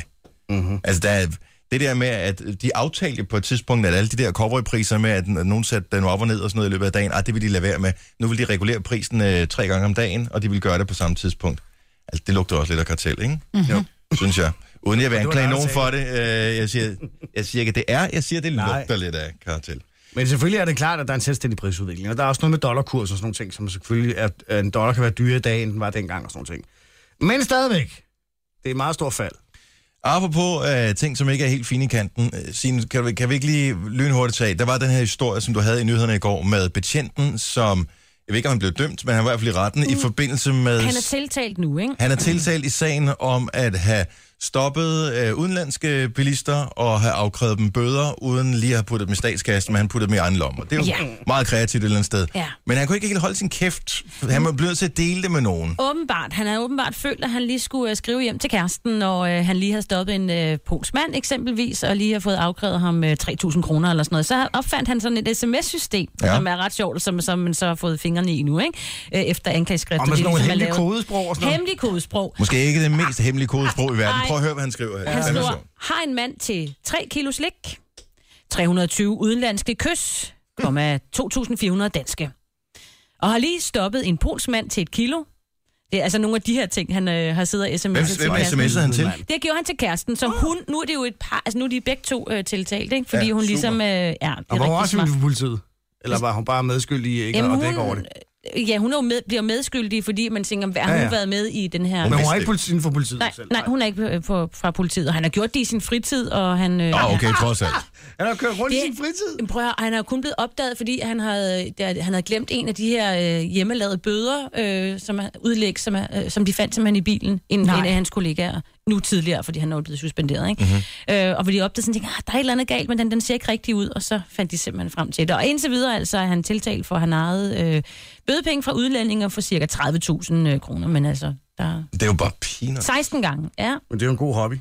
A: Mm-hmm. Altså, der er, det der med, at de aftalte på et tidspunkt, at alle de der cowboypriser med, at, n- at nogen satte den op og ned og sådan noget i løbet af dagen, ah, det vil de lade være med. Nu vil de regulere prisen øh, tre gange om dagen, og de vil gøre det på samme tidspunkt. Altså, det lugter også lidt af kartel, ikke? Mm-hmm. Jo. Synes jeg. Uden jeg vil
C: var
A: anklage
C: dig, der
A: nogen
C: sagde
A: for det. Øh, jeg, siger, jeg siger ikke, at det er. Jeg siger, at det
C: Nej.
A: lugter lidt af kartel.
C: Men selvfølgelig er det klart, at der er en selvstændig prisudvikling, og der er også noget med dollarkurs og sådan nogle ting, som selvfølgelig, er, at en dollar kan være dyrere i dag, end den var dengang og sådan nogle ting. Men stadigvæk, det er et meget stort fald.
A: Apropos øh, ting, som ikke er helt fine i kanten, øh, Signe, kan, du, kan vi ikke lige lynhurtigt tage? Der var den her historie, som du havde i nyhederne i går med betjenten, som Jeg ved ikke, om han blev dømt, men han var i hvert fald i retten mm. i forbindelse med...
D: Han er tiltalt nu, ikke?
A: Han er tiltalt i sagen om at have stoppet øh, udenlandske bilister og have afkrævet dem bøder, uden lige at have puttet dem i statskassen, men han puttede dem i egen lomme. Det er jo ja.
D: Ja.
A: meget kreativt et eller andet sted.
D: Ja. Mm.
A: Men han kunne ikke helt holde sin kæft. Han var blevet nødt til at dele det med nogen.
D: Åbenbart. Han har åbenbart følt, at han lige skulle øh, skrive hjem til kæresten, og øh, han lige har stoppet en øh, polsk mand eksempelvis, og lige har fået afkrævet ham øh, 3.000 kroner eller sådan noget. Så opfandt han sådan et sms-system,
A: Ja.
D: ja. som er ret sjovt, som, som man så har fået fingrene i nu, ikke? Øh, efter anklageskriftet.
C: Og med sådan nogle
D: ligesom er
C: hemmelige
D: lavet.
C: kodesprog og sådan noget.
D: Hemmelige kodesprog.
A: Måske ikke det mest hemmelige kodesprog i verden.
D: Nej.
A: Prøv at høre, hvad han skriver her.
D: Han
A: Fandme sjovt.
D: skriver, har en mand til 3 kilo slik, 320 udenlandske kys, komma 2.400 danske. Og har lige stoppet en polsk mand til et kilo. Det er altså nogle af de her ting, han øh, har siddet og sms'et
A: Hvem,
D: til.
A: hvem
D: kæresten.
A: sms'ede han til?
D: Det gjorde han til kæresten, så hun, nu er det jo et par, altså nu er de begge to øh, tiltalt, ikke? Fordi
A: Ja,
D: ja, hun
A: super.
D: ligesom, øh, ja, det er
C: Og var hun
D: rigtig
C: også
D: smart.
C: i politiet? Eller var hun bare medskyldig i ikke at dække over det?
D: ja, hun er jo med, bliver medskyldig, fordi man tænker, har
C: Ja,
D: ja,
C: ja.
D: ja. hun været med i den
C: Men
D: her...
C: hun
A: vidste
C: var
A: det.
C: ikke politiet for politiet
D: Nej,
C: selv.
D: nej, hun er ikke øh, på, fra politiet, og han har gjort det i sin fritid, og han... Øh,
A: Nå, okay, trods alt.
C: Han har kørt rundt i
D: Det-
C: sin fritid.
D: Jamen, Prøv at, høre, han er jo kun blevet opdaget, fordi han havde, der, han havde glemt en af de her øh, hjemmelavede bøder, øh, som er, udlæg, som, er, øh, som de fandt simpelthen i bilen, en, en
B: Nej.
D: af hans kollegaer, nu tidligere, fordi han er jo blevet suspenderet. Ikke?
B: Mhm.
D: Mm-hmm. Øh, og hvor de opdagede sådan, tænkte, ah, der er et eller andet galt, men den, den ser ikke rigtig ud, og så fandt de simpelthen frem til det. Og indtil videre altså, er han tiltalt for, at han ejede øh, bødepenge fra udlændinger for cirka 30.000 øh, kroner, men altså, der
A: Det er jo bare piner.
D: 16 gange. Ja,
C: Men det er jo en god hobby.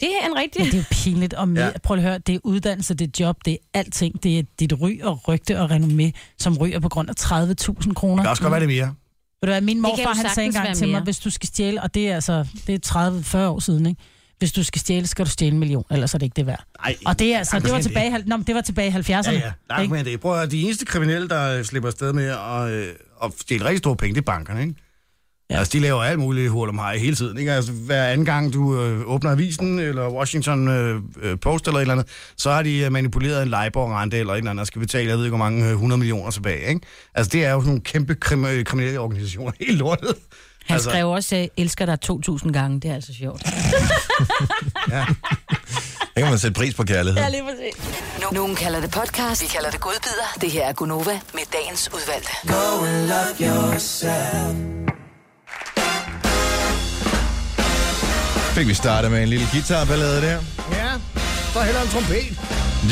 D: det her er en rigtig...
B: Men det er jo pinligt. Og med,
C: Ja.
B: ja. Prøv lige at høre, det er uddannelse, det er job, det er alting. Det er dit ry og rygte og renommé, som ryger på grund af 30.000 kroner.
C: Det kan også
D: Mm.
C: godt være det mere.
B: Ved du hvad, min
D: kan
B: morfar,
D: jo
B: han sagde
D: sagtens være
B: engang til mig,
D: mere.
B: hvis du skal stjæle, og det er altså det er 30-40 år siden, ikke? Hvis du skal stjæle, skal du stjæle en million, ellers er det ikke det værd.
C: Nej,
B: Og det er altså,
C: langt
B: det var
C: mere end
B: tilbage, i hal- nå, men det var tilbage i 70'erne.
C: Ja, ja, langt
B: ikke?
C: mere end det. Prøv at høre, de eneste kriminelle, der øh, slipper afsted med at, øh, at stjæle rigtig store penge, det er bankerne, ikke? Ja.
B: Ja.
C: Altså, de laver alt muligt hurtigt om hele tiden, ikke? Altså, hver anden gang, du øh, åbner avisen, eller Washington øh, øh, Post, eller et eller andet, så har de øh, manipuleret en Leiborg-rente, eller et eller andet, og skal betale, jeg ved ikke, hvor mange øh, 100 millioner tilbage, ikke? Altså, det er jo sådan nogle kæmpe krim, øh, kriminelle organisationer, helt lortet.
D: Han
C: altså,
D: altså... skrev også, øh, elsker dig 2.000 gange, det er altså sjovt.
A: Der kan man sætte pris på kærlighed.
D: lige præcis.
E: Nu- Nogen kalder det podcast, vi kalder det godbider. Det her er Gunova med dagens udvalgte.
A: Fik vi startet med en lille guitarballade der.
C: Ja, så heller en trompet.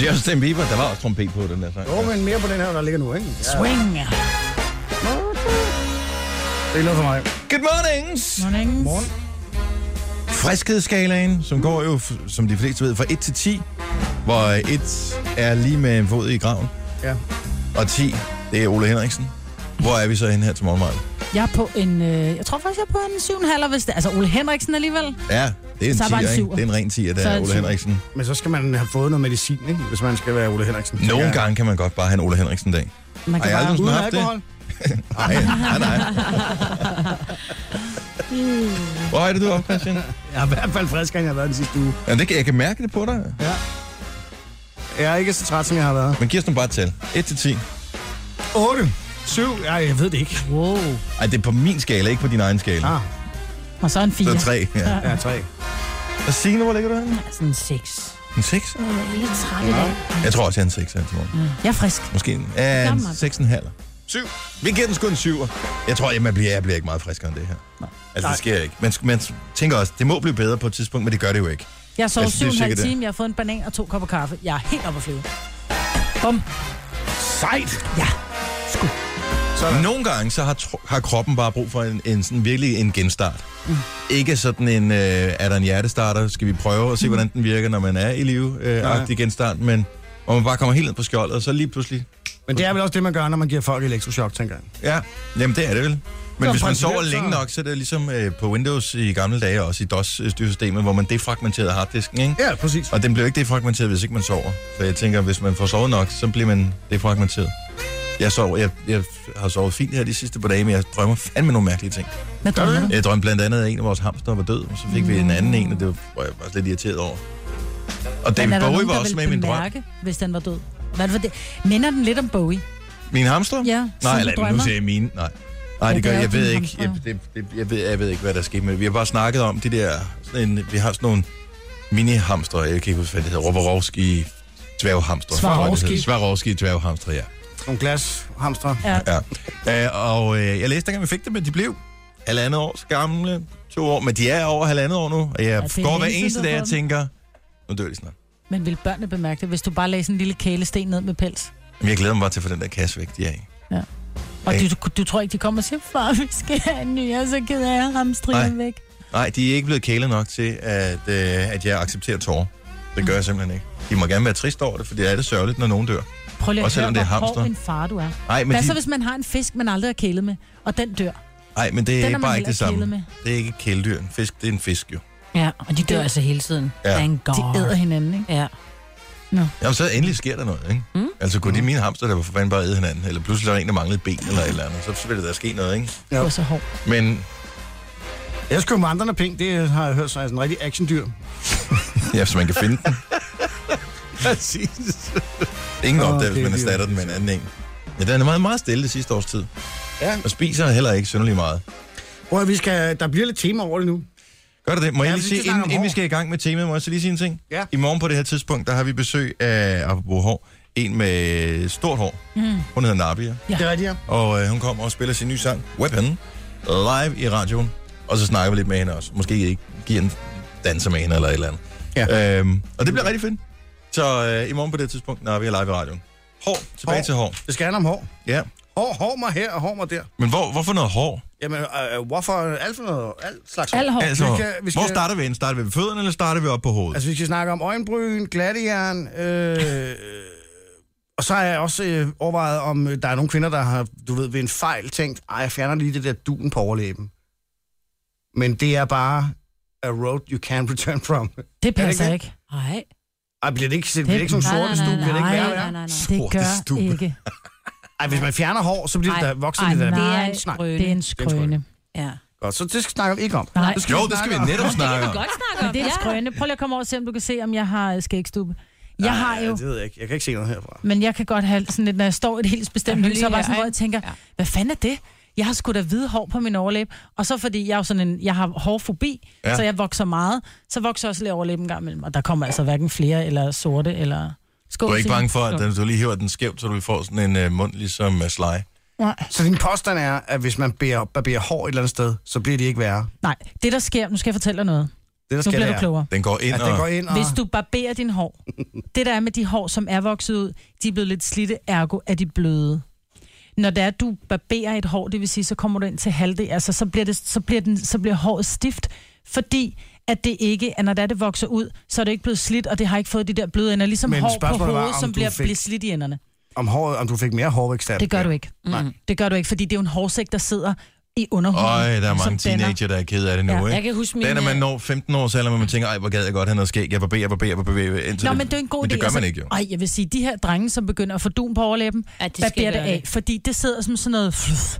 A: Justin Bieber, der var også trompet på den der sang.
C: Jo, men mere på den her, der ligger nu, ikke? Ja.
B: Swing.
C: Det er noget for mig.
A: Good mornings!
B: Morning.
C: Morgen.
A: Friskhedsskalaen, som går jo, f- som de fleste ved, fra 1 til 10, hvor 1 er lige med en fod i graven,
C: Ja.
A: og 10, det er Ole Henriksen. Hvor er vi så henne her til morgen, Maja?
B: Jeg er på en, øh, jeg tror faktisk, jeg er på en syvende halver, hvis det altså Ole Henriksen alligevel.
A: Ja, det er en
B: Så er bare en
A: 10'er, ikke?
B: syver.
A: Det er en ren 10'er, der
B: Så er
A: er
B: en
A: Ole
B: syver.
A: Henriksen.
C: Men så skal man have fået noget medicin, ikke? Hvis man skal være Ole Henriksen.
A: Nogle
C: Ja.
A: gange kan man godt bare have en Ole Henriksen-dag.
B: Man
A: Ej, aldrig
C: Uden
A: sådan haft det.
C: alkohol?
A: Nej, nej, nej. Hvor er det, du er op, Christian?
C: Jeg er i hvert fald friskere, end jeg har været den sidste uge.
A: Ja, det kan, jeg kan mærke det på dig.
C: Ja. Jeg er ikke så træt, som jeg har været.
A: Men giv os nu bare et tal. 1 til 10.
C: 8, 7, ja, jeg ved det ikke.
B: Wow.
A: Ej, det er på min skala, ikke på din egen skala.
C: Ah,
B: Og så en
A: Så
B: fire.
A: er 3. Ja.
C: ja, 3.
A: Og Signe, hvor ligger du henne?
D: Sådan en seks.
A: En 6?
D: Lidt træt i dag.
A: Jeg tror også, jeg er en 6 her til morgen.
B: Jeg er frisk.
A: Måske en, ja, en
D: Gammel.
A: 6,5. 7. Vi giver den sgu en 7. Jeg tror, jeg bliver, jeg bliver ikke meget friskere end det her. Altså, det sker ikke. Man, man tænker også, det må blive bedre på et tidspunkt, men det gør det jo ikke.
B: Jeg sov
A: Altså, det er
B: syv og en halv
A: sikkert det.
B: time, jeg har fået en banan og to kopper kaffe. Jeg er helt oppe at flyve. Bum.
C: Sejt!
B: Ja.
A: Nogle gange så har, tro- har kroppen bare brug for en, en sådan virkelig en genstart. Mm. Ikke sådan en, øh, er der en hjertestarter, skal vi prøve at se,
C: Mm.
A: hvordan den virker, når man er i live, øh, ja. genstart, men hvor man bare kommer helt ned på skjoldet, og så lige pludselig,
C: Men det er vel også det, man gør, når man giver folk elektrochok, tænker jeg.
A: ja, jamen det er det vel. Men
C: Så
A: hvis man sover
C: principielt, så-
A: længe nok, så er det ligesom øh, på Windows i gamle dage, og også i DOS-styresystemet, hvor man defragmenterede harddisken, ikke?
C: Ja, præcis.
A: Og den bliver jo ikke defragmenteret, hvis ikke man sover. Så jeg tænker, hvis man får sovet nok, så bliver man defragmenteret. Jeg, sover, jeg, jeg har sovet fint her de sidste par dage, men jeg drømmer fandme nogle mærkelige ting.
B: Hvad drømmer du?
A: Jeg drømte blandt andet, at en af vores hamster var død, og så fik mm. vi en anden en, og det var- var jeg faktisk lidt irriteret over. Og
B: Men
A: David
B: er der
A: Bowie
B: nogen,
A: var
B: der
A: også
B: vil
A: med i min drøm.
B: bemærke, Hvis den var død. Hvad er det for det? Minder den lidt om Bowie?
A: Min hamster?
B: Ja, som
A: Nej,
B: du
A: eller, nu
B: drømmer.
A: ser jeg mine. Nej. Nej, det
B: det
A: gør jeg.
B: er jo
A: Jeg ved
B: din
A: ikke, jeg,
B: hamster.
A: det, det, jeg, ved, jeg ved ikke, hvad der skete med det. Vi har bare snakket om de der... Sådan en, vi har sådan nogle mini-hamster. Jeg kan ikke huske, hvad det hedder. Roborovski dværghamster.
B: Swarovski.
A: Swarovski dværghamster, ja.
C: Nogle glas, hamster.
B: Ja.
A: Ja. Øh, og øh, jeg læste, at vi fik dem, men de blev halvandet års gamle, to år, men de er over halvandet år nu, og jeg
B: det
A: ja,
B: er
A: går hver
B: længe siden,
A: eneste
B: du
A: dag
B: har
A: og
B: fået
A: tænker, nu dør de snart.
B: Men vil børnene bemærke det, hvis du bare lagde sådan en lille kælesten ned med pels?
A: Men jeg glæder mig bare til at få den der kasse væk, de er i.
B: Og
A: Ja.
B: du, du, du tror ikke, de kommer og siger, far, vi skal have en ny, jeg er så ked af at ramme
A: Nej.
B: strigen væk.
A: Nej, de er ikke blevet kælet nok til, at, øh, at jeg accepterer tårer. Det gør jeg simpelthen ikke. De må gerne være trist over det, for det er det sørgeligt, når nogen dør.
B: Prøv lige at
A: Også
B: høre,
A: selvom det er
B: hvor hård
A: hamster.
B: en far du er.
A: Nej, men,
B: Hvad så,
A: de,
B: hvis man har en fisk, man aldrig har kælet med, og den dør?
A: nej, men det
B: Den
A: er,
B: er man
A: bare
B: heller
A: ikke det
B: ikke
A: samme.
B: kælet med.
A: Det er ikke et kæledyr. En fisk, det er en fisk jo.
D: Ja, og de dør altså hele tiden.
A: Ja.
D: Thank God.
B: De æder hinanden, ikke?
D: Ja.
A: Jamen, så endelig sker der noget, ikke? Mm. Altså, kunne mm. de mine hamster, der var for fanden bare æde hinanden, eller pludselig er der en, der manglede et ben eller et eller andet, så, så ville der ske noget, ikke?
B: Ja.
C: Ja.
B: Du er så hård.
A: Men
C: Jeg skal jo manderne penge, det har jeg hørt, så er sådan en rigtig actiondyr.
A: ja, så man kan finde den.
C: Præcis.
A: Ingen
C: Åh,
A: opdager,
C: det
A: hvis
C: er
A: man
C: dyrt.
A: erstatter den med en anden en. Ja, den er meget, meget stille det sidste års tid.
C: Ja.
A: Og spiser heller ikke synderlig meget.
C: Prøv at, vi skal, der bliver lidt tema over det nu.
A: Gør det det? Må ja, jeg
C: Ja, vi
A: lige
C: skal
A: sige,
C: snakke
A: inden,
C: om
A: inden vi
C: hår.
A: skal i gang med temaet, må jeg så lige sige en ting?
C: Ja.
A: I morgen på det her tidspunkt, der har vi besøg af, apropos hår, en med stort hår. Mm. Hun hedder Nabia,
B: Ja.
C: Det er rigtigt, ja.
A: og øh, hun kommer og spiller sin nye sang, Weapon, live i radioen. Og så snakker vi lidt med hende også. Måske ikke giver en danser med hende eller et eller andet. Ja. Øhm, og det bliver rigtig fedt. Så øh, i morgen på det her tidspunkt, Nabia er live i radioen. Hår, tilbage
C: Hår.
A: til hår.
C: Det skal handle om hår.
A: Ja.
C: Hår, hår mig her og hår mig der.
A: Men hvor, hvorfor noget hår?
C: Jamen, øh, øh, hvorfor alt for noget, alt slags hår?
B: Al hår.
A: Altså,
C: Vi
A: vi
C: skal- vi skal-
A: hvor starter vi henne? Starter vi ved fødderne, eller starter vi op på hovedet?
C: Altså, vi skal snakke om øjenbryn, glattejern, øh, øh, og så har jeg også øh, overvejet, om øh, der er nogle kvinder, der har, du ved, ved en fejl tænkt, ej, jeg fjerner lige det der duen på overlæben. Men det er bare a road you can't return from.
B: Det passer
C: det?
B: ikke.
D: Nej.
C: Ej, bliver det ikke, det bliver det ikke sådan en
D: Nej, nej,
C: sort
D: nej,
C: stue? Bliver det ikke
B: nej,
C: værre?
B: nej,
C: værre?
D: nej.
B: Det
A: Sorte
B: gør
A: stube.
B: ikke.
C: Ej, hvis man fjerner hår, så bliver det
D: Ej,
C: der vokset
D: ej,
C: det der.
D: nej.
B: Nej,
D: en skrøne.
B: det er en
C: en skrøne.
B: skrøne.
D: Ja.
C: Godt, så det snakker vi ikke om.
B: Nej.
C: Så
A: Jo, det skal vi
C: snakke om-
A: netop snakke om.
D: Godt snakke
B: Men
D: om,
B: det er en
D: ja.
B: skrøne. Prøv lige at komme over og se, om du kan se, om jeg har øh, skægstube. Jeg
C: Ej,
B: har jo,
C: Det ved jeg ikke. Jeg kan ikke se noget herfra.
B: men jeg kan godt have sådan lidt, når jeg står i et helt bestemt
D: Ja,
B: lys, så er jeg bare sådan,
D: ja,
B: hvor jeg tænker,
D: ja.
B: hvad fanden er det? Jeg har sgu da hvide hår på min overlæb. Og så fordi jeg, er jo sådan en, jeg har hårfobi,
A: Ja.
B: ja. så jeg vokser meget, så vokser jeg også lidt overlæb en gang imellem. Og der kommer altså hverken flere eller sorte eller skål.
A: Du er ikke
B: til.
A: bange for, at den- du lige hiver den skævt, så du får sådan en uh, mund ligesom uh, sly.
B: Nej.
C: Så din påstand er, at hvis man bærer, barberer hår et eller andet sted, så bliver det ikke værre.
B: Nej, det der sker, nu skal jeg fortælle dig noget.
C: Det, der
B: Nu
C: skal
B: bliver
C: det
B: du
C: er,
B: klogere.
A: Den går ind
C: At
A: og...
C: det går ind og...
B: Hvis du barberer din hår, det der er med de hår, som er vokset ud, de er blevet lidt slidte, ergo er de bløde. Når det er, at du barberer et hår, det vil sige, så kommer du ind til halvdelen, altså så bliver, det, så, bliver den, så bliver håret stift, fordi at det ikke, at når det, er, det vokser ud, så er det ikke blevet slidt, og det har ikke fået de der bløde ender, ligesom
C: Men
B: hår på
C: spørgsmålet var,
B: hovedet,
C: om
B: som
C: du
B: bliver,
C: fik-
B: bliver slidt i enderne.
C: om, håret, om du fik mere hårvækst af
B: Det gør du ikke.
D: Mm.
C: Nej.
B: Det gør du ikke, fordi det er jo en hårsæk, der sidder i underhuden.
A: Øj, der er mange
B: som danner-
A: teenager, der er ked af det nu,
B: Ligesom
A: ikke?
B: Ja,
D: Jeg kan huske min...
A: Det er, når man
D: øh,
A: når 15 års alder, hvor man tænker, ej, hvor gad jeg godt have noget skæg, jeg barberer, barberer, barberer, indtil
B: Nå,
A: det-
B: men det er jo en god
A: Men det
B: idé,
A: gør man
B: altså.
A: ikke, jo.
B: Ej, jeg vil sige, de her drenge, som begynder at få dun på overlæben,
D: Ja, de
B: hvad
D: skal
B: bliver det
D: gøre
B: af?
D: det.
B: Fordi det sidder som sådan noget... Fluff.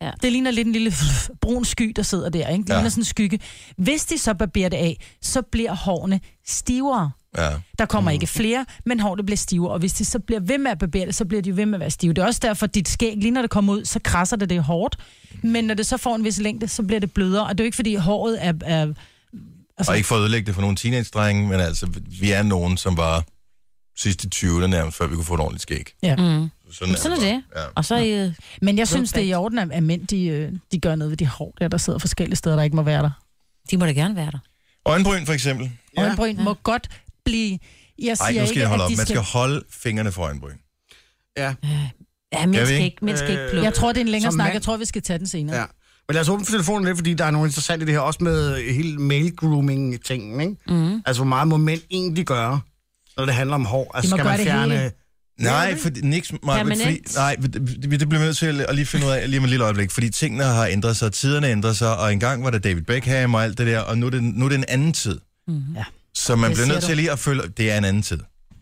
D: Ja.
B: Ja. Det ligner lidt en lille fluff, brun sky, der sidder der. Ikke? Det
A: Ja.
B: ja. ligner sådan en skygge. Hvis de så barberer det af, så bliver hårene stivere.
A: Ja.
B: Der kommer mm. ikke flere, men hårene bliver stive. Og hvis de så bliver ved med at barbere det, så bliver de jo ved med at være stive. Det er også derfor, at dit skæg, lige når det kommer ud, så krasser det det er hårdt. Men når det så får en vis længde, så bliver det blødere. Og det er jo ikke, fordi håret er... er altså,
A: Og ikke for at ødelægge det for nogle teenage-drenge, men altså, vi er nogen, som var sidst i 20'erne nærmest, før vi kunne få et ordentligt skæg.
B: ja.
D: Mm.
A: Sådan,
D: Sådan er det.
A: bare. Ja.
D: Og så øh,
B: Men jeg synes,
D: Blodbad.
B: det er i orden, at at mænd de, øh, de gør noget ved de hår, der, der sidder forskellige steder, der ikke må være der.
D: de må da gerne være der.
A: Øjenbryn, for eksempel.
B: Ja. Øjenbryn må godt blive... Jeg siger
A: Ej, nu skal
B: ikke,
A: jeg holde
B: at
A: op.
B: de
A: Man skal holde fingrene for øjenbryn.
C: Ja,
D: Ja,
A: Kan
D: mænd
A: vi
D: skal
A: ikke?
D: ikke, mænd skal ikke
C: Øh,
D: plukke.
B: Jeg tror, det er en længere
C: Som
B: snak.
C: mand-
B: Jeg tror, vi skal tage den senere.
C: ja.
B: Ja.
C: Men lad os åbne for telefonen lidt, fordi der er nogle interessante i det her, også med øh, hele male grooming tingen ikke?
B: Mhm.
D: Mm.
C: Altså, hvor meget må mænd egentlig gøre, når det handler om hår? Altså,
B: De må
C: skal
B: gøre
C: man
B: det
C: fjerne...
B: hele.
A: Nej, for niks, Maja,
D: Permanent.
A: fordi, nej, det, det det bliver vi nødt til at lige finde ud af lige om et lille øjeblik, fordi tingene har ændret sig, tiderne ændrer sig, og engang var der David Beckham og alt det der, og nu er det, nu er det en anden tid.
D: Mhm.
B: Ja.
A: Så man
B: Det
A: bliver
B: siger
A: nødt
B: du.
A: til lige at følge, det er en anden tid.
C: Ja,
B: Den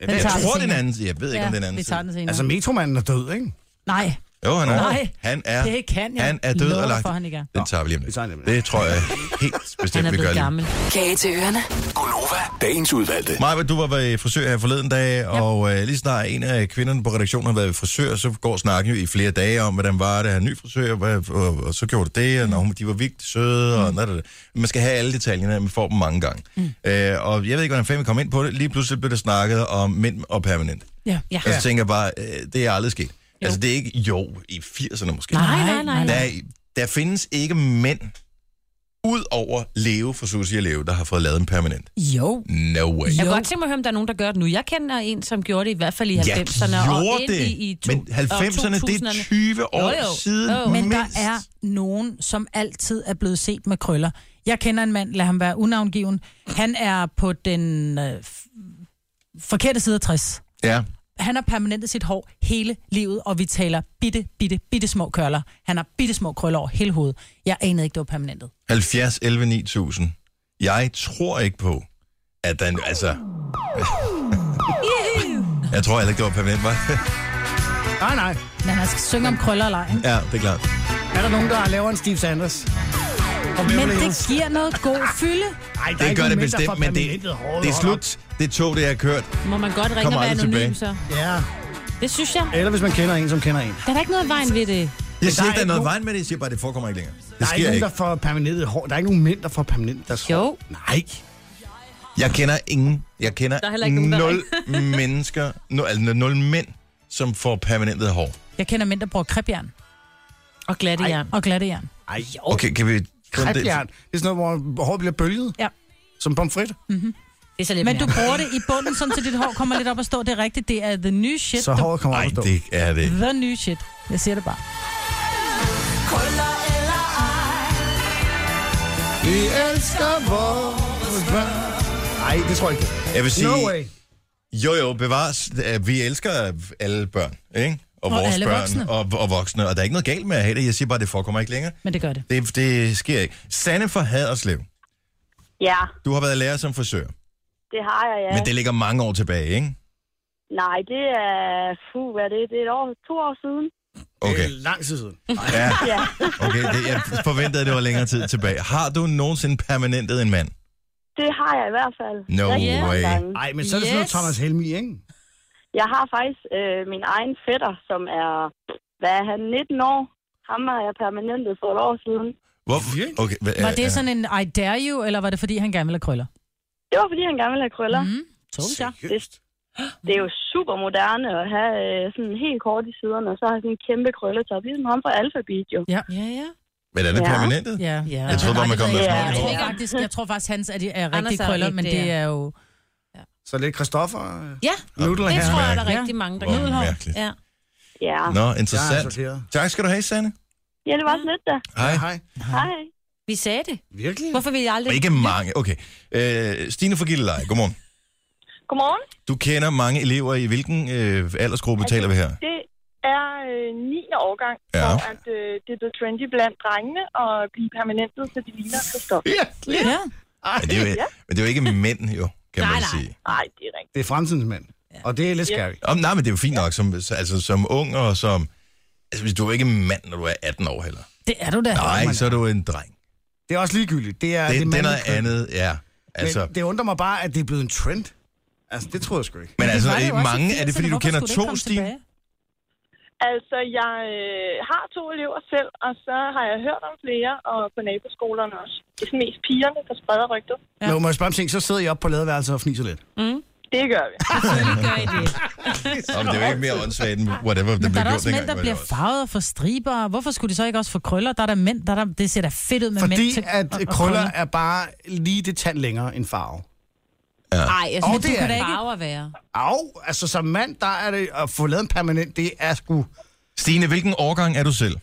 A: Jeg
C: det
B: tager vi
A: tror, det er en
B: senere.
A: anden tid. Jeg ved ikke, om det er en
B: vi
A: anden tid.
B: tager den senere.
C: altså,
B: Altså,
C: metromanden er død, ikke?
B: Nej,
A: Jo, han er.
B: Nej.
A: Han er.
B: det kan jeg.
A: Han er død
B: lover
A: og lagt-
B: For, han ikke er.
A: Den tager vi lige om
C: Vi
A: lidt.
C: tager den nemlig.
A: Det tror jeg helt
D: Han
A: bestemt,
D: er
A: vi gør
D: blevet
A: lige.
D: gammel.
E: Kage til ørerne.
F: Gunova, dagens udvalgte.
A: Maja, du var ved frisør her forleden dag, ja. og øh, lige snart en af kvinderne på redaktionen har været ved frisør, så går snakken jo i flere dage om, hvordan var det her ny frisør, hvad, og, og, så gjorde det det, og når hun, de var virkelig søde, og noget, man skal have alle detaljerne, man får dem mange gange. Mm. Øh, og jeg ved ikke, hvordan fanden vi kom ind på det, lige pludselig blev der snakket om mænd og permanent.
B: Ja.
A: Og så tænker jeg bare, øh, det er aldrig sket. Jo. Altså, det er ikke jo i 80'erne måske.
D: Nej, nej, nej. nej.
A: Der, der findes ikke mænd, ud over Leo fra Susie og Leo, der har fået lavet en permanent.
B: Jo.
A: No way.
D: Jeg
B: Jo.
D: kunne godt tænke mig at høre, om der er nogen, der gør det nu. Jeg kender en, som gjorde det i hvert fald i
A: Jeg
D: 90'erne. og
A: gjorde
D: ind
A: det,
D: I, i to,
A: men 90'erne, det er
D: 2000'erne.
A: 20 år
D: Jo, jo.
A: siden
D: Jo, jo.
B: Men der
A: mindst.
B: er nogen, som altid er blevet set med krøller. Jeg kender en mand, lad ham være unavngiven. Han er på den øh, f- forkerte side af 60.
A: Ja.
B: Han har permanentet sit hår hele livet, og vi taler bitte, bitte, bitte små krøller. Han har bitte små krøller over hele hovedet. Jeg anede ikke, det var permanentet.
A: 70, 11, 9000. Jeg tror ikke på, at den, altså... jeg tror heller ikke, det var permanent, var det?
C: Nej, nej.
B: Men han skal synge om krøller eller ej. ikke?
A: Ja, det er klart.
C: Er der nogen, der laver en Steve Sanders?
B: Men det giver noget god fylde.
C: Ej, der er
A: Det
C: ikke
A: gør det
C: nogen mænd, der
A: bestemt,
C: får
A: men det,
C: permanentet hår.
A: det er
C: Hold
A: slut. Det tog, det jeg har kørt.
D: Må man godt ringe
A: Kommer
D: og være
A: aldrig
D: anonym,
A: tilbage.
D: så?
C: op. Ja.
D: Det synes jeg.
C: Eller hvis man kender en, som kender en.
D: Der er da ikke noget i vejen ved det.
A: Jeg siger ikke, der
C: er
A: er noget
C: ikke nogen-
A: vejen med det. Jeg siger bare, det forekommer ikke længere. Det
C: Der er ikke
A: sker
C: nogen,
A: ikke.
C: der får permanentet hår. Der er ikke nogen mænd, der får permanent deres
D: Jo.
C: hår. Nej.
A: Jeg kender ingen. Jeg kender
D: Der er heller ikke nogen, der
A: nul mennesker, nul, altså nul mænd, som får permanentet hår.
B: Jeg kender mænd, der bruger krebjern
D: Og glatte jern.
B: og glattejern.
C: Ej, jo.
A: Okay, kan vi...
C: Krebjern. Det er sådan noget, hvor håret bliver bølget.
B: Ja.
C: Som pomfrit.
D: Det er så lidt
B: Men
D: mere.
B: du bruger det i bunden, sådan så dit hår kommer lidt op at stå. Det er rigtigt. Det er the new shit.
C: Så
B: du-
C: håret kommer op
A: Nej,
C: at stå.
A: det er det. ikke.
B: The new shit. Jeg siger det bare.
C: Vi elsker vores børn. Nej, det tror jeg ikke.
A: Jeg vil sige,
C: No way.
A: jo jo, bevares. øh, Vi elsker alle børn, ikke? Og,
B: Og
A: vores
B: alle
A: børn
B: voksne.
A: Og, og voksne. Og der er ikke noget galt med at have det. Jeg siger bare, det forekommer ikke længere.
B: Men det gør det.
A: Det, det sker ikke. Sanne fra Haderslev.
G: Ja,
A: Du har været lærer som frisør.
G: det har jeg, ja.
A: Men det ligger mange år tilbage, ikke?
G: Nej, det er... Fuh, hvad er det? Det er et år, to år siden.
A: Okay.
C: Det er lang tid siden.
A: Ja,
G: Øh, Ja.
A: okay. Det, jeg forventede, at det var længere tid tilbage. Har du nogensinde permanentet en mand?
G: Det har jeg i hvert fald.
A: No
G: Rigtig mange
A: way.
G: gange.
C: Nej, men så er det sådan noget
D: Yes.
C: Thomas Helmi, ikke?
G: Jeg har faktisk øh, min egen fætter, som er... Hvad er han? 19 år. Ham har jeg permanentet for et år siden.
A: Hvor, okay, hvad-
B: Var
A: ja.
B: det sådan en I dare you, eller var det fordi, han gerne ville have krøller?
G: Det var, fordi han gerne ville have krøller. Mm.
B: Tog jeg.
G: Det er jo super moderne at have øh, sådan helt kort i siderne, og så har sådan en kæmpe krølletop, ligesom ham fra Alphabet jo.
D: Ja, ja.
A: Men er det
G: Ja.
A: permanentet?
B: Ja. ja.
A: Jeg troede bare, man kom med
G: Ja.
A: sådan
B: Jeg
A: noget.
B: tror,
G: Ja.
B: faktisk, jeg tror faktisk, hans er, de er
D: Anders
B: rigtige
D: er
B: krøller,
D: rigtig,
B: men det
D: ja.
B: er jo...
C: Så lidt Christoffer.
D: Ja,
C: Nudler
D: det
C: her.
D: tror jeg, der
A: mærkeligt.
D: er rigtig mange, der
A: Hvor
D: kan.
A: mærkeligt.
D: Ja.
G: Ja,
A: Nå,
C: Jeg er
A: interessant.
C: sorteret.
A: Tak skal du have, Sanne.
G: ja det var så lidt da.
A: Hej.
C: Hej.
G: Hej.
D: Vi sagde det.
C: Virkelig?
D: Hvorfor vil jeg aldrig...
A: Men ikke mange. Okay. Øh, Stine fra Gilleleje, godmorgen.
G: Godmorgen.
A: Du kender mange elever i hvilken øh, aldersgruppe taler vi her?
G: Det er øh, 9. årgang,
A: Ja.
G: hvor at, øh, det er blevet trendy blandt drengene at blive permanentet, så de ligner Christoffer.
C: Virkelig?
B: Ja.
A: Men det er jo, men det er jo ikke mænd, jo, kan
D: Nej,
A: man
D: nej.
A: sige.
G: Nej, det er rigtigt.
C: Det er fremtidens mænd. Og det er lidt scary.
A: Om, nej, men det er jo fint nok, som, altså, som ung og som... Altså, hvis du er ikke en mand, når du er 18 år heller.
B: Det er du da.
A: Nej, så er du en dreng.
C: Det er også ligegyldigt. Det er
A: Det, det er
C: mandlige
A: noget
C: køn.
A: andet, ja. Altså,
C: Men det undrer mig bare, at det er blevet en trend. Altså, det tror jeg sgu ikke.
A: men altså,
B: var det
A: i
B: jo også i
A: mange er det,
B: 80'erne.
A: fordi du
B: Hvorfor
A: kender
B: skulle det
A: to,
B: ikke komme
A: Stine?
B: tilbage?
G: Altså, jeg øh, har to elever selv, og så har jeg hørt om flere, og på naboskolerne også. Det er mest pigerne, der spreder rygtet.
C: Ja. Nå, må jeg spørge om ting, så sidder jeg oppe på ladeværelset og fniser lidt.
G: Det gør vi.
D: gør I det?
A: Nå, men det er jo ikke mere åndssvagt end whatever, der
B: Men der
A: blev
B: er da
A: gjort
B: også mænd,
A: dengang. var
B: der
A: det
B: bliver
A: også.
B: farvet og får striber. Hvorfor skulle de så ikke også få krøller? Der er der mænd, der, er der det ser da fedt ud med mænd
C: Fordi
B: til
C: at
B: og- og
C: krøller er bare lige det tand længere end farve.
D: Nej, jeg
C: Åh,
D: synes,
C: det
D: du
C: er
D: kan da
C: det.
D: ikke farver være.
C: Au, altså som mand, der er det at få lavet en permanent, det er sgu...
A: Stine, hvilken årgang er du selv?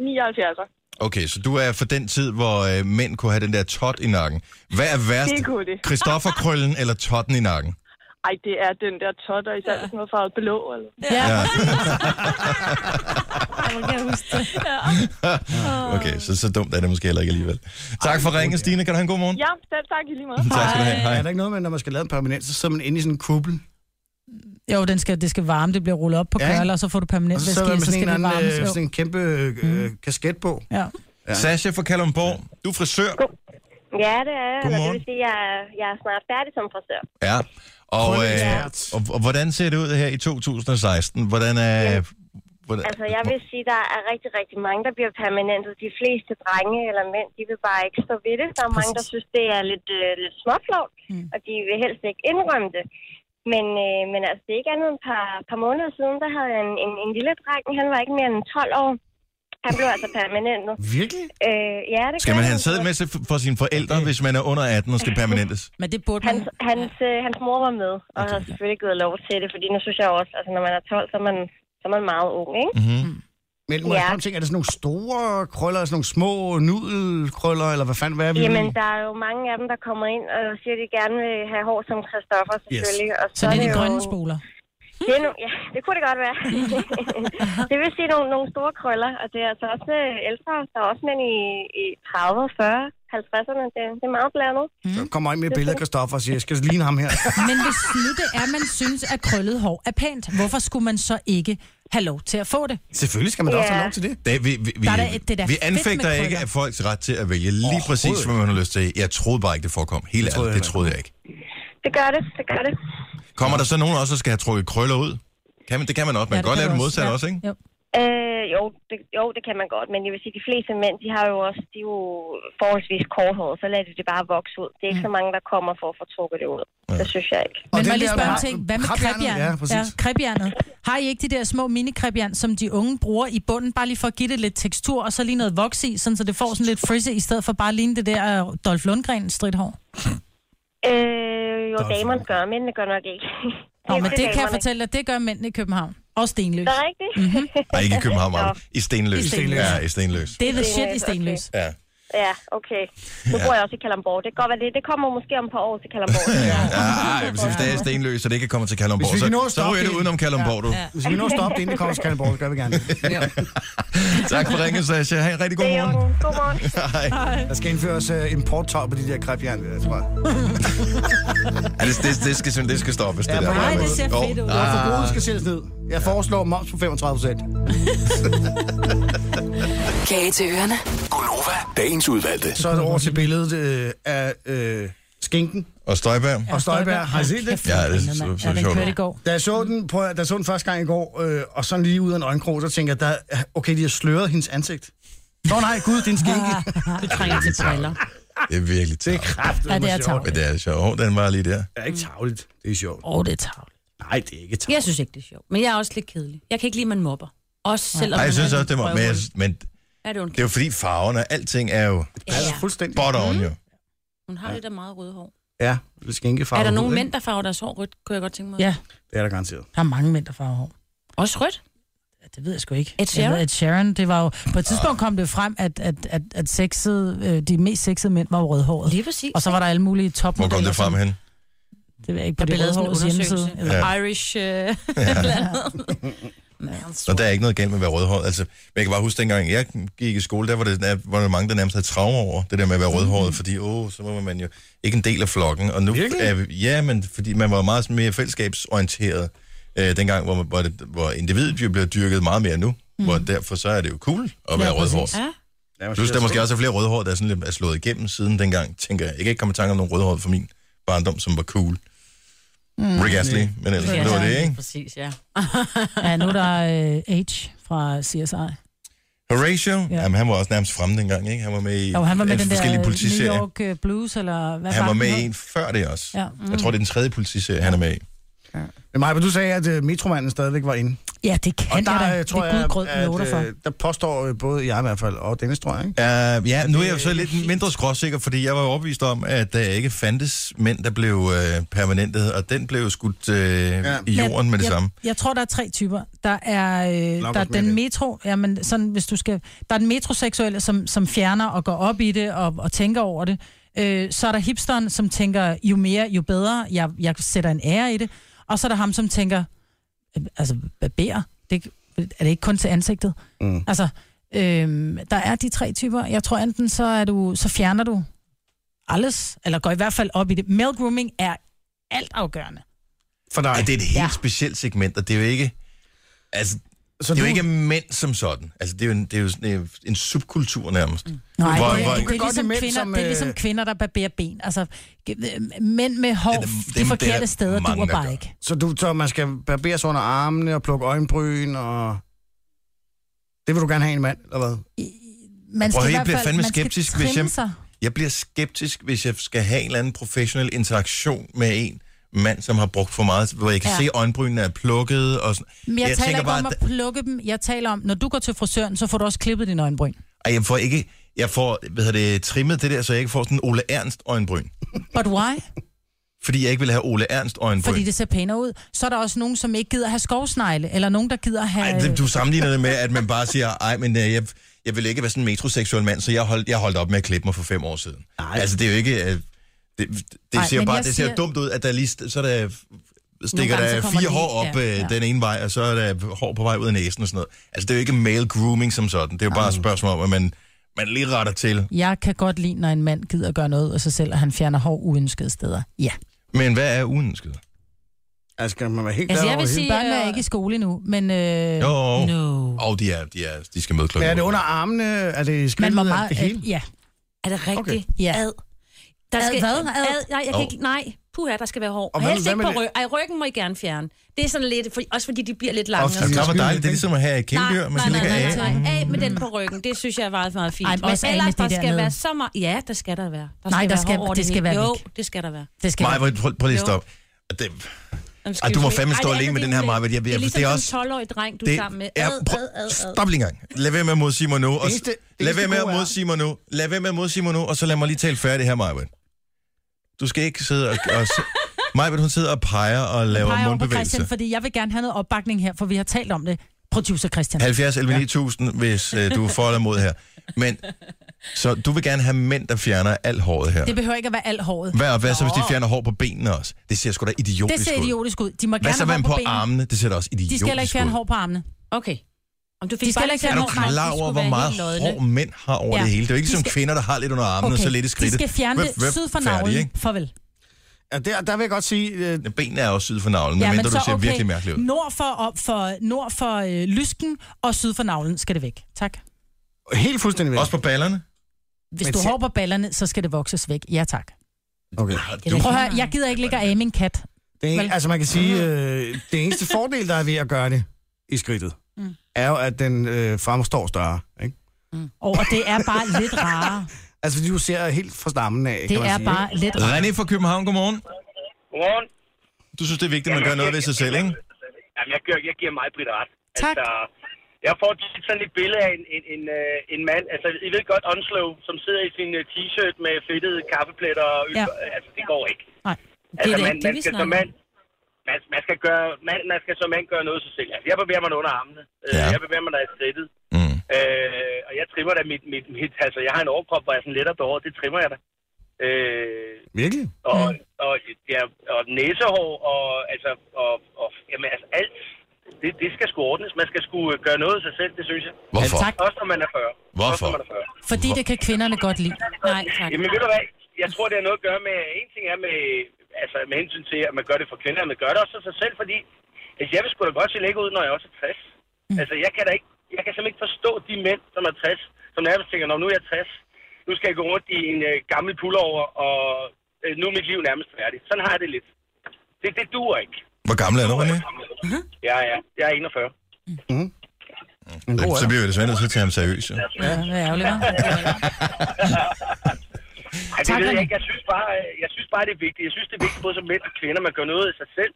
G: 79'er.
A: Okay, så du er for den tid, hvor øh, mænd kunne have den der tot i nakken. Hvad er værst?
G: Det kunne det.
A: Christofferkrøllen eller totten i nakken?
G: Ej, det er den der totter, især hvis noget farvet blå. Eller?
B: Ja.
A: Ja.
B: ja.
A: Okay, så, så dumt er det måske heller ikke alligevel. Tak for ringen, Stine. Kan du have en god morgen?
G: Ja, selv tak i lige måde.
A: Tak skal du have.
C: Er
A: Hej.
C: der ikke noget med, når man skal lave en permanent, så sidder man inde i sådan en kubbel,
B: Jo, den skal, det skal varme. Det bliver rullet op på
C: Ja, ikke?
B: krøller, og så får du
C: og
B: permanent
C: så
B: væske
C: sidder man
B: i,
C: med
B: så
C: sådan en,
B: skal det
C: eller anden,
B: varmes.
C: øh, sådan en
B: Jo.
C: kæmpe øh, kasket på.
B: Ja.
A: Sasha fra Kalundborg. Du er frisør.
H: Ja, det er jeg. Eller det
A: Godmorgen.
H: vil sige, at jeg, er- jeg er snart færdig som frisør.
A: Ja. Og, øh,
C: Krølleekspert.
A: og, og hvordan ser det ud her i 2016? Hvordan er... Hvordan,
H: Altså, jeg vil sige, at der er rigtig, rigtig mange, der bliver permanentet. De fleste drenge eller mænd, de vil bare ikke stå ved det. Der er mange, der synes, det er lidt, øh, lidt småflot, mm. og de vil helst ikke indrømme det. Men, øh, men altså, det er ikke andet end et par, par måneder siden, der havde jeg en, en, en lille dreng. Han var ikke mere end 12 år. Han blev altså permanentet.
C: Virkelig?
H: Øh, ja, det
A: Skal
H: gør
A: man have
H: han.
A: en sæd med til- for sine forældre, hvis man er under 18 og skal permanentes?
B: Men det burde
H: Hans,
B: man...
H: hans, øh, hans mor var med, og okay, havde selvfølgelig givet lov til det, fordi nu synes jeg også, altså når man er 12, så er man, så er man meget ung, ikke?
A: Mhm.
I: Mm.
C: Men må jeg
H: Ja.
C: spørge om ting, er det sådan nogle store krøller, sådan nogle små nudelkrøller, eller hvad fanden, hvad er vi? ude i?
H: Jamen, der er jo mange af dem, der kommer ind og siger, at de gerne vil have hår som Christoffer, selvfølgelig. Yes. Og
B: Så det er de
H: jo-
B: grønne spoler.
H: Det er no, ja, det kunne det godt være. det vil sige nogle, nogle store krøller, og det er altså også øh, ældre. Der er også mænd i, i 30, 40, 50'erne. Det, det er meget blandet.
C: Så kommer ind med et billede af Christoffer og siger, jeg skal ligne ham her.
I: Men hvis nu det er, man synes, at krøllet hår er pænt, hvorfor skulle man så ikke have lov til at få det?
C: Selvfølgelig skal man da også have
H: Ja.
C: lov til det.
A: Det, vi, vi, vi,
I: Der er da- det er da
A: vi
I: fedt med
A: anfægter
I: krøller.
A: ikke af folks ret til at vælge lige præcis,
C: Overhovedet
A: hvad man har lyst til. Jeg troede bare ikke, det forekom. Helt
C: troede
A: ærligt,
C: jeg
A: det troede jeg ikke.
H: Det gør det, det gør det.
A: Kommer der så nogen også, der skal have trukket krøller ud? Kan man, det kan man også. Man
I: Ja,
A: kan godt
I: kan
A: lave det
I: du
A: modsatte
I: Ja.
A: også, ikke?
I: Jo.
H: Øh, jo, det, jo, det kan man godt, men jeg vil sige, de fleste mænd, de har jo også, de er jo forholdsvis korthåret, så lader de det bare vokse ud. Det er
B: Mm.
H: ikke så mange, der kommer for at få trukket det ud. Det synes jeg ikke.
C: Og
I: Men må
C: den
I: jeg lige
C: der
I: spørge om
C: med-
I: ting. Hvad med
C: krabbjernet?
I: krebjernet?
C: Ja, præcis.
I: krebjernet. Har I ikke de der små mini-krebjern, som de unge bruger i bunden, bare lige for at give det lidt tekstur, og så lige noget voks i, sådan, så det får sådan lidt frizzy, i stedet for bare at ligne det der øh, Dolph Lundgren stridthår?
H: Øh, jo, damerne gør, mændene gør nok ikke.
I: Nå, men det kan jeg Mhm.
H: damerne.
I: fortælle dig, det gør mændene i København. Og Stenløs.
H: Er det rigtigt? Mm-hmm.
A: Nej, ikke i København, Maja. I Stenløs.
I: I Stenløs.
A: Ja, i Stenløs.
I: Det er the shit i
H: Stenløs, okay.
I: Stenløs.
A: Ja.
H: Ja, okay. Nu bor jeg også i Kalamborg. Det kan godt være det. Det kommer måske om et par år til Kalamborg.
A: Ja, ej, hvis vi stadig er Stenløs, så det ikke kommer til Kalundborg,
C: Hvis vi kan nå
A: så,
C: at
A: så
C: stoppe
A: ryger det
C: det.
A: udenom Kalundborg, du.
C: Hvis vi nu stopper det, inden det kommer til Kalundborg, så gør vi gerne det.
A: Tak for ringen, Sasha. Ha' en rigtig god
H: Det er jo
A: morgen.
H: en god morgen.
A: Hej.
C: Der skal indføres uh, importtøj på de der krebjern, der, tror jeg.
D: Ah.
A: Ja, det, det, det, skal, simpelthen- det skal stoppes, det
C: Ja,
A: der.
C: men- Nej,
I: det ser
A: Jo.
I: fedt ud.
A: Ah,
C: Forbruget skal sættes ned. Jeg foreslår moms på 35 procent.
E: Kage til ørerne.
F: Gunova, dagens udvalgte.
C: Så er det over til billedet øh, af øh, skinken
A: Og Støjberg.
C: og Støjberg. Har I set det?
A: Ja, det er
I: Nå,
A: så,
I: mand.
A: så
I: Ja, den
A: sjovt.
I: kørte i går.
C: Da jeg så den, på, da jeg så den første gang i går, øh, og sådan lige ud af en øjenkrog, så tænker jeg, der, okay, de har sløret hendes ansigt. Nå nej, gud, det er en skinke.
D: Du trænger til briller.
A: Det er virkelig tavligt.
C: Kræftet,
I: Ja, det er tavligt.
A: Men det er sjovt. Åh, den var lige der.
C: Det er ikke tavligt. Det er sjovt.
D: Åh, oh, det er tavligt.
C: Nej, det er ikke tavligt.
D: Jeg synes ikke, det er sjovt. Men jeg er også lidt kedelig. Jeg kan ikke lide, at man mobber. Også selvom
A: Nej, jeg
D: man
A: synes
D: er
A: også, det var... Men, jeg, men
D: Er det, hun,
A: det er jo fordi farverne og alting er jo
D: ja,
C: Altså,
D: ja.
C: fuldstændig.
A: spot on, jo.
D: hun har lidt af meget røde hår.
C: Ja, lidt skinkefarve.
D: Er der nogen
C: ikke?
D: mænd, der farver deres hår rødt, kunne jeg godt tænke mig.
B: Ja,
C: Det er der garanteret.
B: der er mange mænd, der farver hår.
D: Også rødt?
B: Ja, det ved jeg sgu ikke.
D: Ed Sheeran?
B: Jeg ved, Ed Sheeran, det var jo... På et tidspunkt
A: Ah.
B: kom det frem, at, at, at, at sexede, øh, de mest sexede mænd var jo rødhåret.
D: Lige præcis.
B: Og så var der alle mulige
A: Hvor
B: topmodeller.
A: kom det frem
B: som-
A: hen?
B: Det ved jeg ikke, på
D: der
B: det
D: blev lavet sådan en
B: rødhårets hjemmeside.
D: undersøgelse.
B: Eller,
D: Eller Irish øh, et eller andet.
A: Og der er ikke noget galt med at være rødhåret. Altså, men jeg kan bare huske, dengang jeg gik i skole, der var, det, der var der mange, der nærmest havde traume over det der med at være rødhåret, fordi åh, så var man jo ikke en del af flokken. Og nu
C: Virkelig?
A: er, vi- ja, men fordi man var meget sådan mere fællesskabsorienteret øh, dengang, hvor, hvor, det, hvor individet jo bliver dyrket meget mere nu. Mm. Hvor derfor så er det jo cool at være ja, rødhåret.
D: Ja.
A: Plus, der er måske også er flere rødhårede, der er, sådan lidt, er slået igennem siden dengang, tænker jeg. Jeg kan ikke komme i tanke om nogen rødhårede fra min barndom, som var cool. Mm. Rick Astley, men ellers det var det, ikke?
D: Præcis, ja.
B: ja, nu er der øh, H fra CSI.
A: Horatio, ja. jamen, han var også nærmest fremme dengang, ikke? Han var med i
B: Jo, han var med
A: alle
B: den
A: forskellige
B: der
A: politiserier.
B: New York øh, Blues, eller hvad
A: Han var
B: den
A: med
B: hed?
A: i en før det også.
B: Ja.
A: Jeg tror, det er den tredje politiserie, han er med i.
C: Men Maja, du sagde, at øh, metromanden stadigvæk var inde.
B: Ja, det kan
C: Og
B: jeg
C: der
B: da.
C: øh,
B: Det
C: tror
B: er gudgrød
C: jeg,
B: med for.
C: at øh, der påstår øh, både jeg i hvert fald, og Dennis, tror jeg, ikke?
A: Uh, ja, nu er jeg jo
B: Øh,
A: så lidt mindre skråsikker, fordi jeg var jo overbevist om, at der ikke fandtes mænd, der blev uh, permanentet, og den blev jo skudt uh, ja. i jorden med det
B: jeg,
A: samme.
B: Jeg, jeg tror, der er tre typer. Der er, øh,
C: Nok
B: der er
C: også mere
B: den
C: det.
B: metro, jamen, sådan, hvis du skal, der er den metroseksuelle, som, som fjerner og går op i det og, og tænker over det. Øh, så er der hipsteren, som tænker, jo mere, jo bedre, jeg, jeg sætter en ære i det. Og så er der ham, som tænker, øh, altså, barberer, det, er det ikke kun til ansigtet? Mm. Altså, øh, der er de tre typer. Jeg tror enten, så, er du, så fjerner du alles, eller går i hvert fald op i det. Male grooming er altafgørende.
C: For dig.
A: Ej, det er et helt ja.
B: Ja.
A: specielt segment, og det er jo ikke... Altså,
C: så
A: det er jo
C: du-
A: ikke mænd som sådan. Altså, det er jo en, det er jo sådan, øh, en subkultur nærmest. Mm.
B: Nej,
A: Hvor-
B: hvor, det,
A: hvor-
B: hvor, det, det,
C: Godt
B: er ligesom
C: imens,
B: kvinder,
C: som,
B: som, det er
C: øh,
B: ligesom kvinder, der barberer ben. Altså, g- øh, mænd med hår,
A: dem-
B: de
A: dem, der er
B: forkerte steder,
A: mange,
B: duer
A: der gør.
B: bare ikke.
C: Så du så man skal barbere sig under armene og plukke øjenbryn og... Det vil du gerne have en mand, eller hvad?
B: Man
A: Prøv at høre,
B: Altså, i
A: jeg
B: hvert
A: bliver
B: fald-
A: fandme
B: man skal
A: skeptisk,
B: trimme
A: hvis jeg,
B: sig.
A: jeg bliver skeptisk, hvis jeg skal have en eller anden professionel interaktion med en, mand, som har brugt for meget, hvor jeg kan ja.
B: Ja.
A: se, at øjenbrynene er plukket. Og sådan.
B: Men jeg, jeg taler
A: tænker
B: ikke om
A: at
B: at plukke dem. Jeg taler om, når du går til frisøren, så får du også klippet dine øjenbryn.
A: Ej, jeg får ikke... Jeg får, hvad hedder det, trimmet det der, så jeg ikke får sådan en Ole Ernst øjenbryn.
B: But why?
A: Fordi jeg ikke vil have Ole Ernst øjenbryn.
B: Fordi det ser pænere ud. Så er der også nogen, som ikke gider have skovsnegle, eller nogen, der gider have...
A: Ej, det, du sammenligner det med, at man bare siger, ej, men øh, jeg, jeg vil ikke være sådan en metroseksuel mand, så jeg holdt, jeg holdt op med at klippe mig for fem år siden. Nej. Altså, det er jo ikke... øh, Det, det
B: Ej,
A: ej, ser
B: men
A: bare
B: jeg
A: det ser
B: siger-
A: dumt ud, at der lige st- så er der stikker
D: gange,
A: der
D: så kommer
A: fire
D: det
A: hår
D: lige-
A: op ja,
D: ja,
A: ja.
D: ja.
A: den ene vej, og så er der hår på vej ud af næsen og sådan noget. Altså, det er jo ikke male grooming som sådan. Det er jo bare et spørgsmål om, at man, man lige retter til.
B: Jeg kan godt lide, når en mand gider gøre noget af sig selv, og han fjerner hår uønskede steder. Ja.
A: Men hvad er uønsket?
C: Altså, skal man være helt
D: Altså,
C: klar
D: jeg
C: over
D: vil
C: det?
D: sige-
B: Børnene er ikke i skole endnu, men... Øh,
A: Jo, no.
D: No.
A: og de, er, de, er, de skal møde
C: Men
A: klokken.
C: er det
A: otte.
C: under armene? Er det
B: man
C: skridtet?
B: må
C: Er det
B: meget...
C: det hele?
B: Øh, ja.
D: Er det rigtigt?
C: Okay.
B: Ja.
D: Ad. Der
B: Ad
D: skal,
B: hvad? Ad?
D: Nej, jeg kan
A: Hov.
D: ikke, nej, puha, der skal være hår. Og
C: hvad-
D: helst
C: hvad
D: ikke
C: med
D: på ryggen. Ej, ryggen må I gerne fjerne. Det er sådan lidt, for, også fordi de bliver lidt lange.
C: Og
A: Altså, det er dejligt. Det er ligesom at have et
D: Nej,
A: kæledyr, man
D: nej,
A: kan
D: nej,
A: ligge
D: nej,
A: af.
D: nej, Af med den på ryggen, det synes jeg er meget, meget fint.
B: Ej,
D: Ej,
B: men
D: og
B: også af
D: ellers,
B: med
D: der
B: det
D: skal
B: dernede.
D: være så meget... Ja, der skal der være. Der
B: Nej, der
D: være
B: skal-
D: hår over
B: det skal være
D: hele.
B: væk.
D: Jo, det skal der være.
B: Det skal
A: Maja,
B: være.
A: prøv, prøv lige at
D: Jo.
A: stoppe. Det,
D: Excuse
A: Ej, du må
D: me.
A: fandme stå
D: det er
A: alene med
D: fordi,
A: den her,
D: det-
A: Maja, men jeg-
D: Det
A: jeg-
D: er
A: det er
D: ligesom
A: også-
D: den 12-årige dreng, du er
A: det
D: sammen med.
A: er...
D: Ad,
A: Prøv,
D: ad, ad, ad.
A: stop lige en gang. Lad være med at modsige mig nu. Og,
C: Det eneste- det
A: lad
C: eneste
A: være med at
C: gode er-
A: modsige mig nu. Lad være med at modsige mig nu, og så lad mig lige tale færdig her, Maja. Du skal ikke sidde og... og Maja, hun sidder og peger og laver
B: Peger over på Christian,
A: mundbevægelser.
B: fordi jeg vil gerne have noget opbakning her, for vi har talt om det. Producer Christian.
A: 70 11 9000, hvis øh, du er for eller imod her. Men, så du vil gerne have mænd, der fjerner alt håret her.
B: Det behøver ikke at være alt håret.
A: Hvad, og hvad så, hvis de fjerner hår på benene også? Det ser sgu da idiotisk
B: Det ser
A: ud.
B: idiotisk ud. De må
A: Hvad så
B: gerne
A: med
B: have hår
A: på
B: på benene.
A: armene? Det ser da også idiotisk ud.
B: De skal heller ikke fjerne hår på armene.
D: Okay. Om du fik
B: De skal
D: bare
B: heller ikke
A: Er du
D: lagt mærke til, at det
A: klar over,
D: skulle
A: hvor
D: være
A: meget
D: helt lodne?
A: hår mænd har over
B: Ja.
A: det hele? Det er jo ikke
B: De
A: som
B: skal-
A: kvinder, der har lidt under armene, okay. og så lidt i
B: de
A: skridtet.
B: skal fjerne
A: Hvem-
B: det
A: hvem-
B: syd for
A: færdig,
B: navlen.
A: ikke?
B: Farvel.
C: Ja, der, der vil jeg godt sige... Øh,
A: Ja, Benene er også syd for navlen, medmindre du ser virkelig mærkelig ud.
B: Nord for, op for, nord for øh, lysken og syd for navlen skal det væk. Tak.
C: helt fuldstændig væk.
A: Også på ballerne?
B: Hvis
C: Men
B: du
C: se-
B: har på ballerne, så skal det vokses væk. Ja, tak.
C: Okay.
A: Du,
B: Prøv at høre, jeg gider ikke ligge og af min kat.
C: Det
B: Vel? Mm-hmm.
C: er, altså man kan sige, øh, det eneste fordel, der er ved at gøre det i skridtet, mm. er jo, at den øh, fremstår større. Ikke?
B: Og det er bare lidt rarere.
C: Altså fordi du ser helt fra stammen af,
B: Det
C: kan man
B: er
C: sige.
B: bare lidt rarere.
A: René fra København, godmorgen.
J: Godmorgen.
A: Du synes, det er vigtigt, at man gør noget ved sig selv, ikke?
J: Jamen, jeg, gør, jeg giver mig Britt ret.
B: Tak.
J: Altså, jeg får tit sådan et billede af en, en, en, øh, en mand, altså I ved godt, Onslow, som sidder i sin øh, t-shirt med fedtede kaffepletter og øl.
B: Ja.
J: Ja. Altså, det går ikke.
B: Nej.
J: Altså,
D: da
J: man,
D: ikke det,
J: man
D: vi
J: skal som
D: snakker
J: mand, man, man, skal gøre, man, man skal som mand gøre noget sig selv. Altså, jeg bevæger mig under armene.
A: Ja.
J: Ja. Jeg bevæger mig, når jeg er strittet.
A: Mm.
J: Øh, og jeg trimmer da mit, mit, mit, altså jeg har en overkrop, hvor jeg er sådan lettere behåret, det trimmer jeg da. Øh,
C: Virkelig?
J: og, og, ja, og næsehår, og, altså, og, og jamen, altså, alt, det, det skal sgu ordnes. Man skal sgu øh, gøre noget af sig selv, det synes jeg.
A: Hvorfor?
B: Ja, tak.
J: Også når man er 40.
A: Hvorfor?
J: Også, når man er 40.
B: Fordi det kan kvinderne godt lide.
D: Nej, tak.
J: Jamen ved du hvad, jeg tror, det har noget at gøre med, en ting er med, altså, med hensyn til, at man gør det for kvinder, men man gør det også for sig selv, fordi altså, jeg vil sgu da godt se lækker ud, når jeg også er 60.
D: Mm.
J: Altså, jeg kan da ikke, jeg kan simpelthen ikke forstå de mænd, som er 60, som nærmest tænker, når nu er jeg 60, nu skal jeg gå rundt i en øh, gammel pullover, og øh, nu er mit liv nærmest færdigt. Sådan har jeg det lidt. Det, det duer ikke.
A: Hvor gammel er du, René?
J: Ja, ja. Jeg er 41.
C: En god
A: Så
C: alder.
A: bliver vi desværre nødt til at tage ham seriøst. jo.
B: Ja, det er ærgerligt, hva'?
J: Ej, det
B: Tak,
J: ved jeg
B: René.
J: ikke. Jeg synes bare, øh, jeg synes bare det er vigtigt. Jeg synes, det er vigtigt både som mænd og kvinder, man gør noget af sig selv.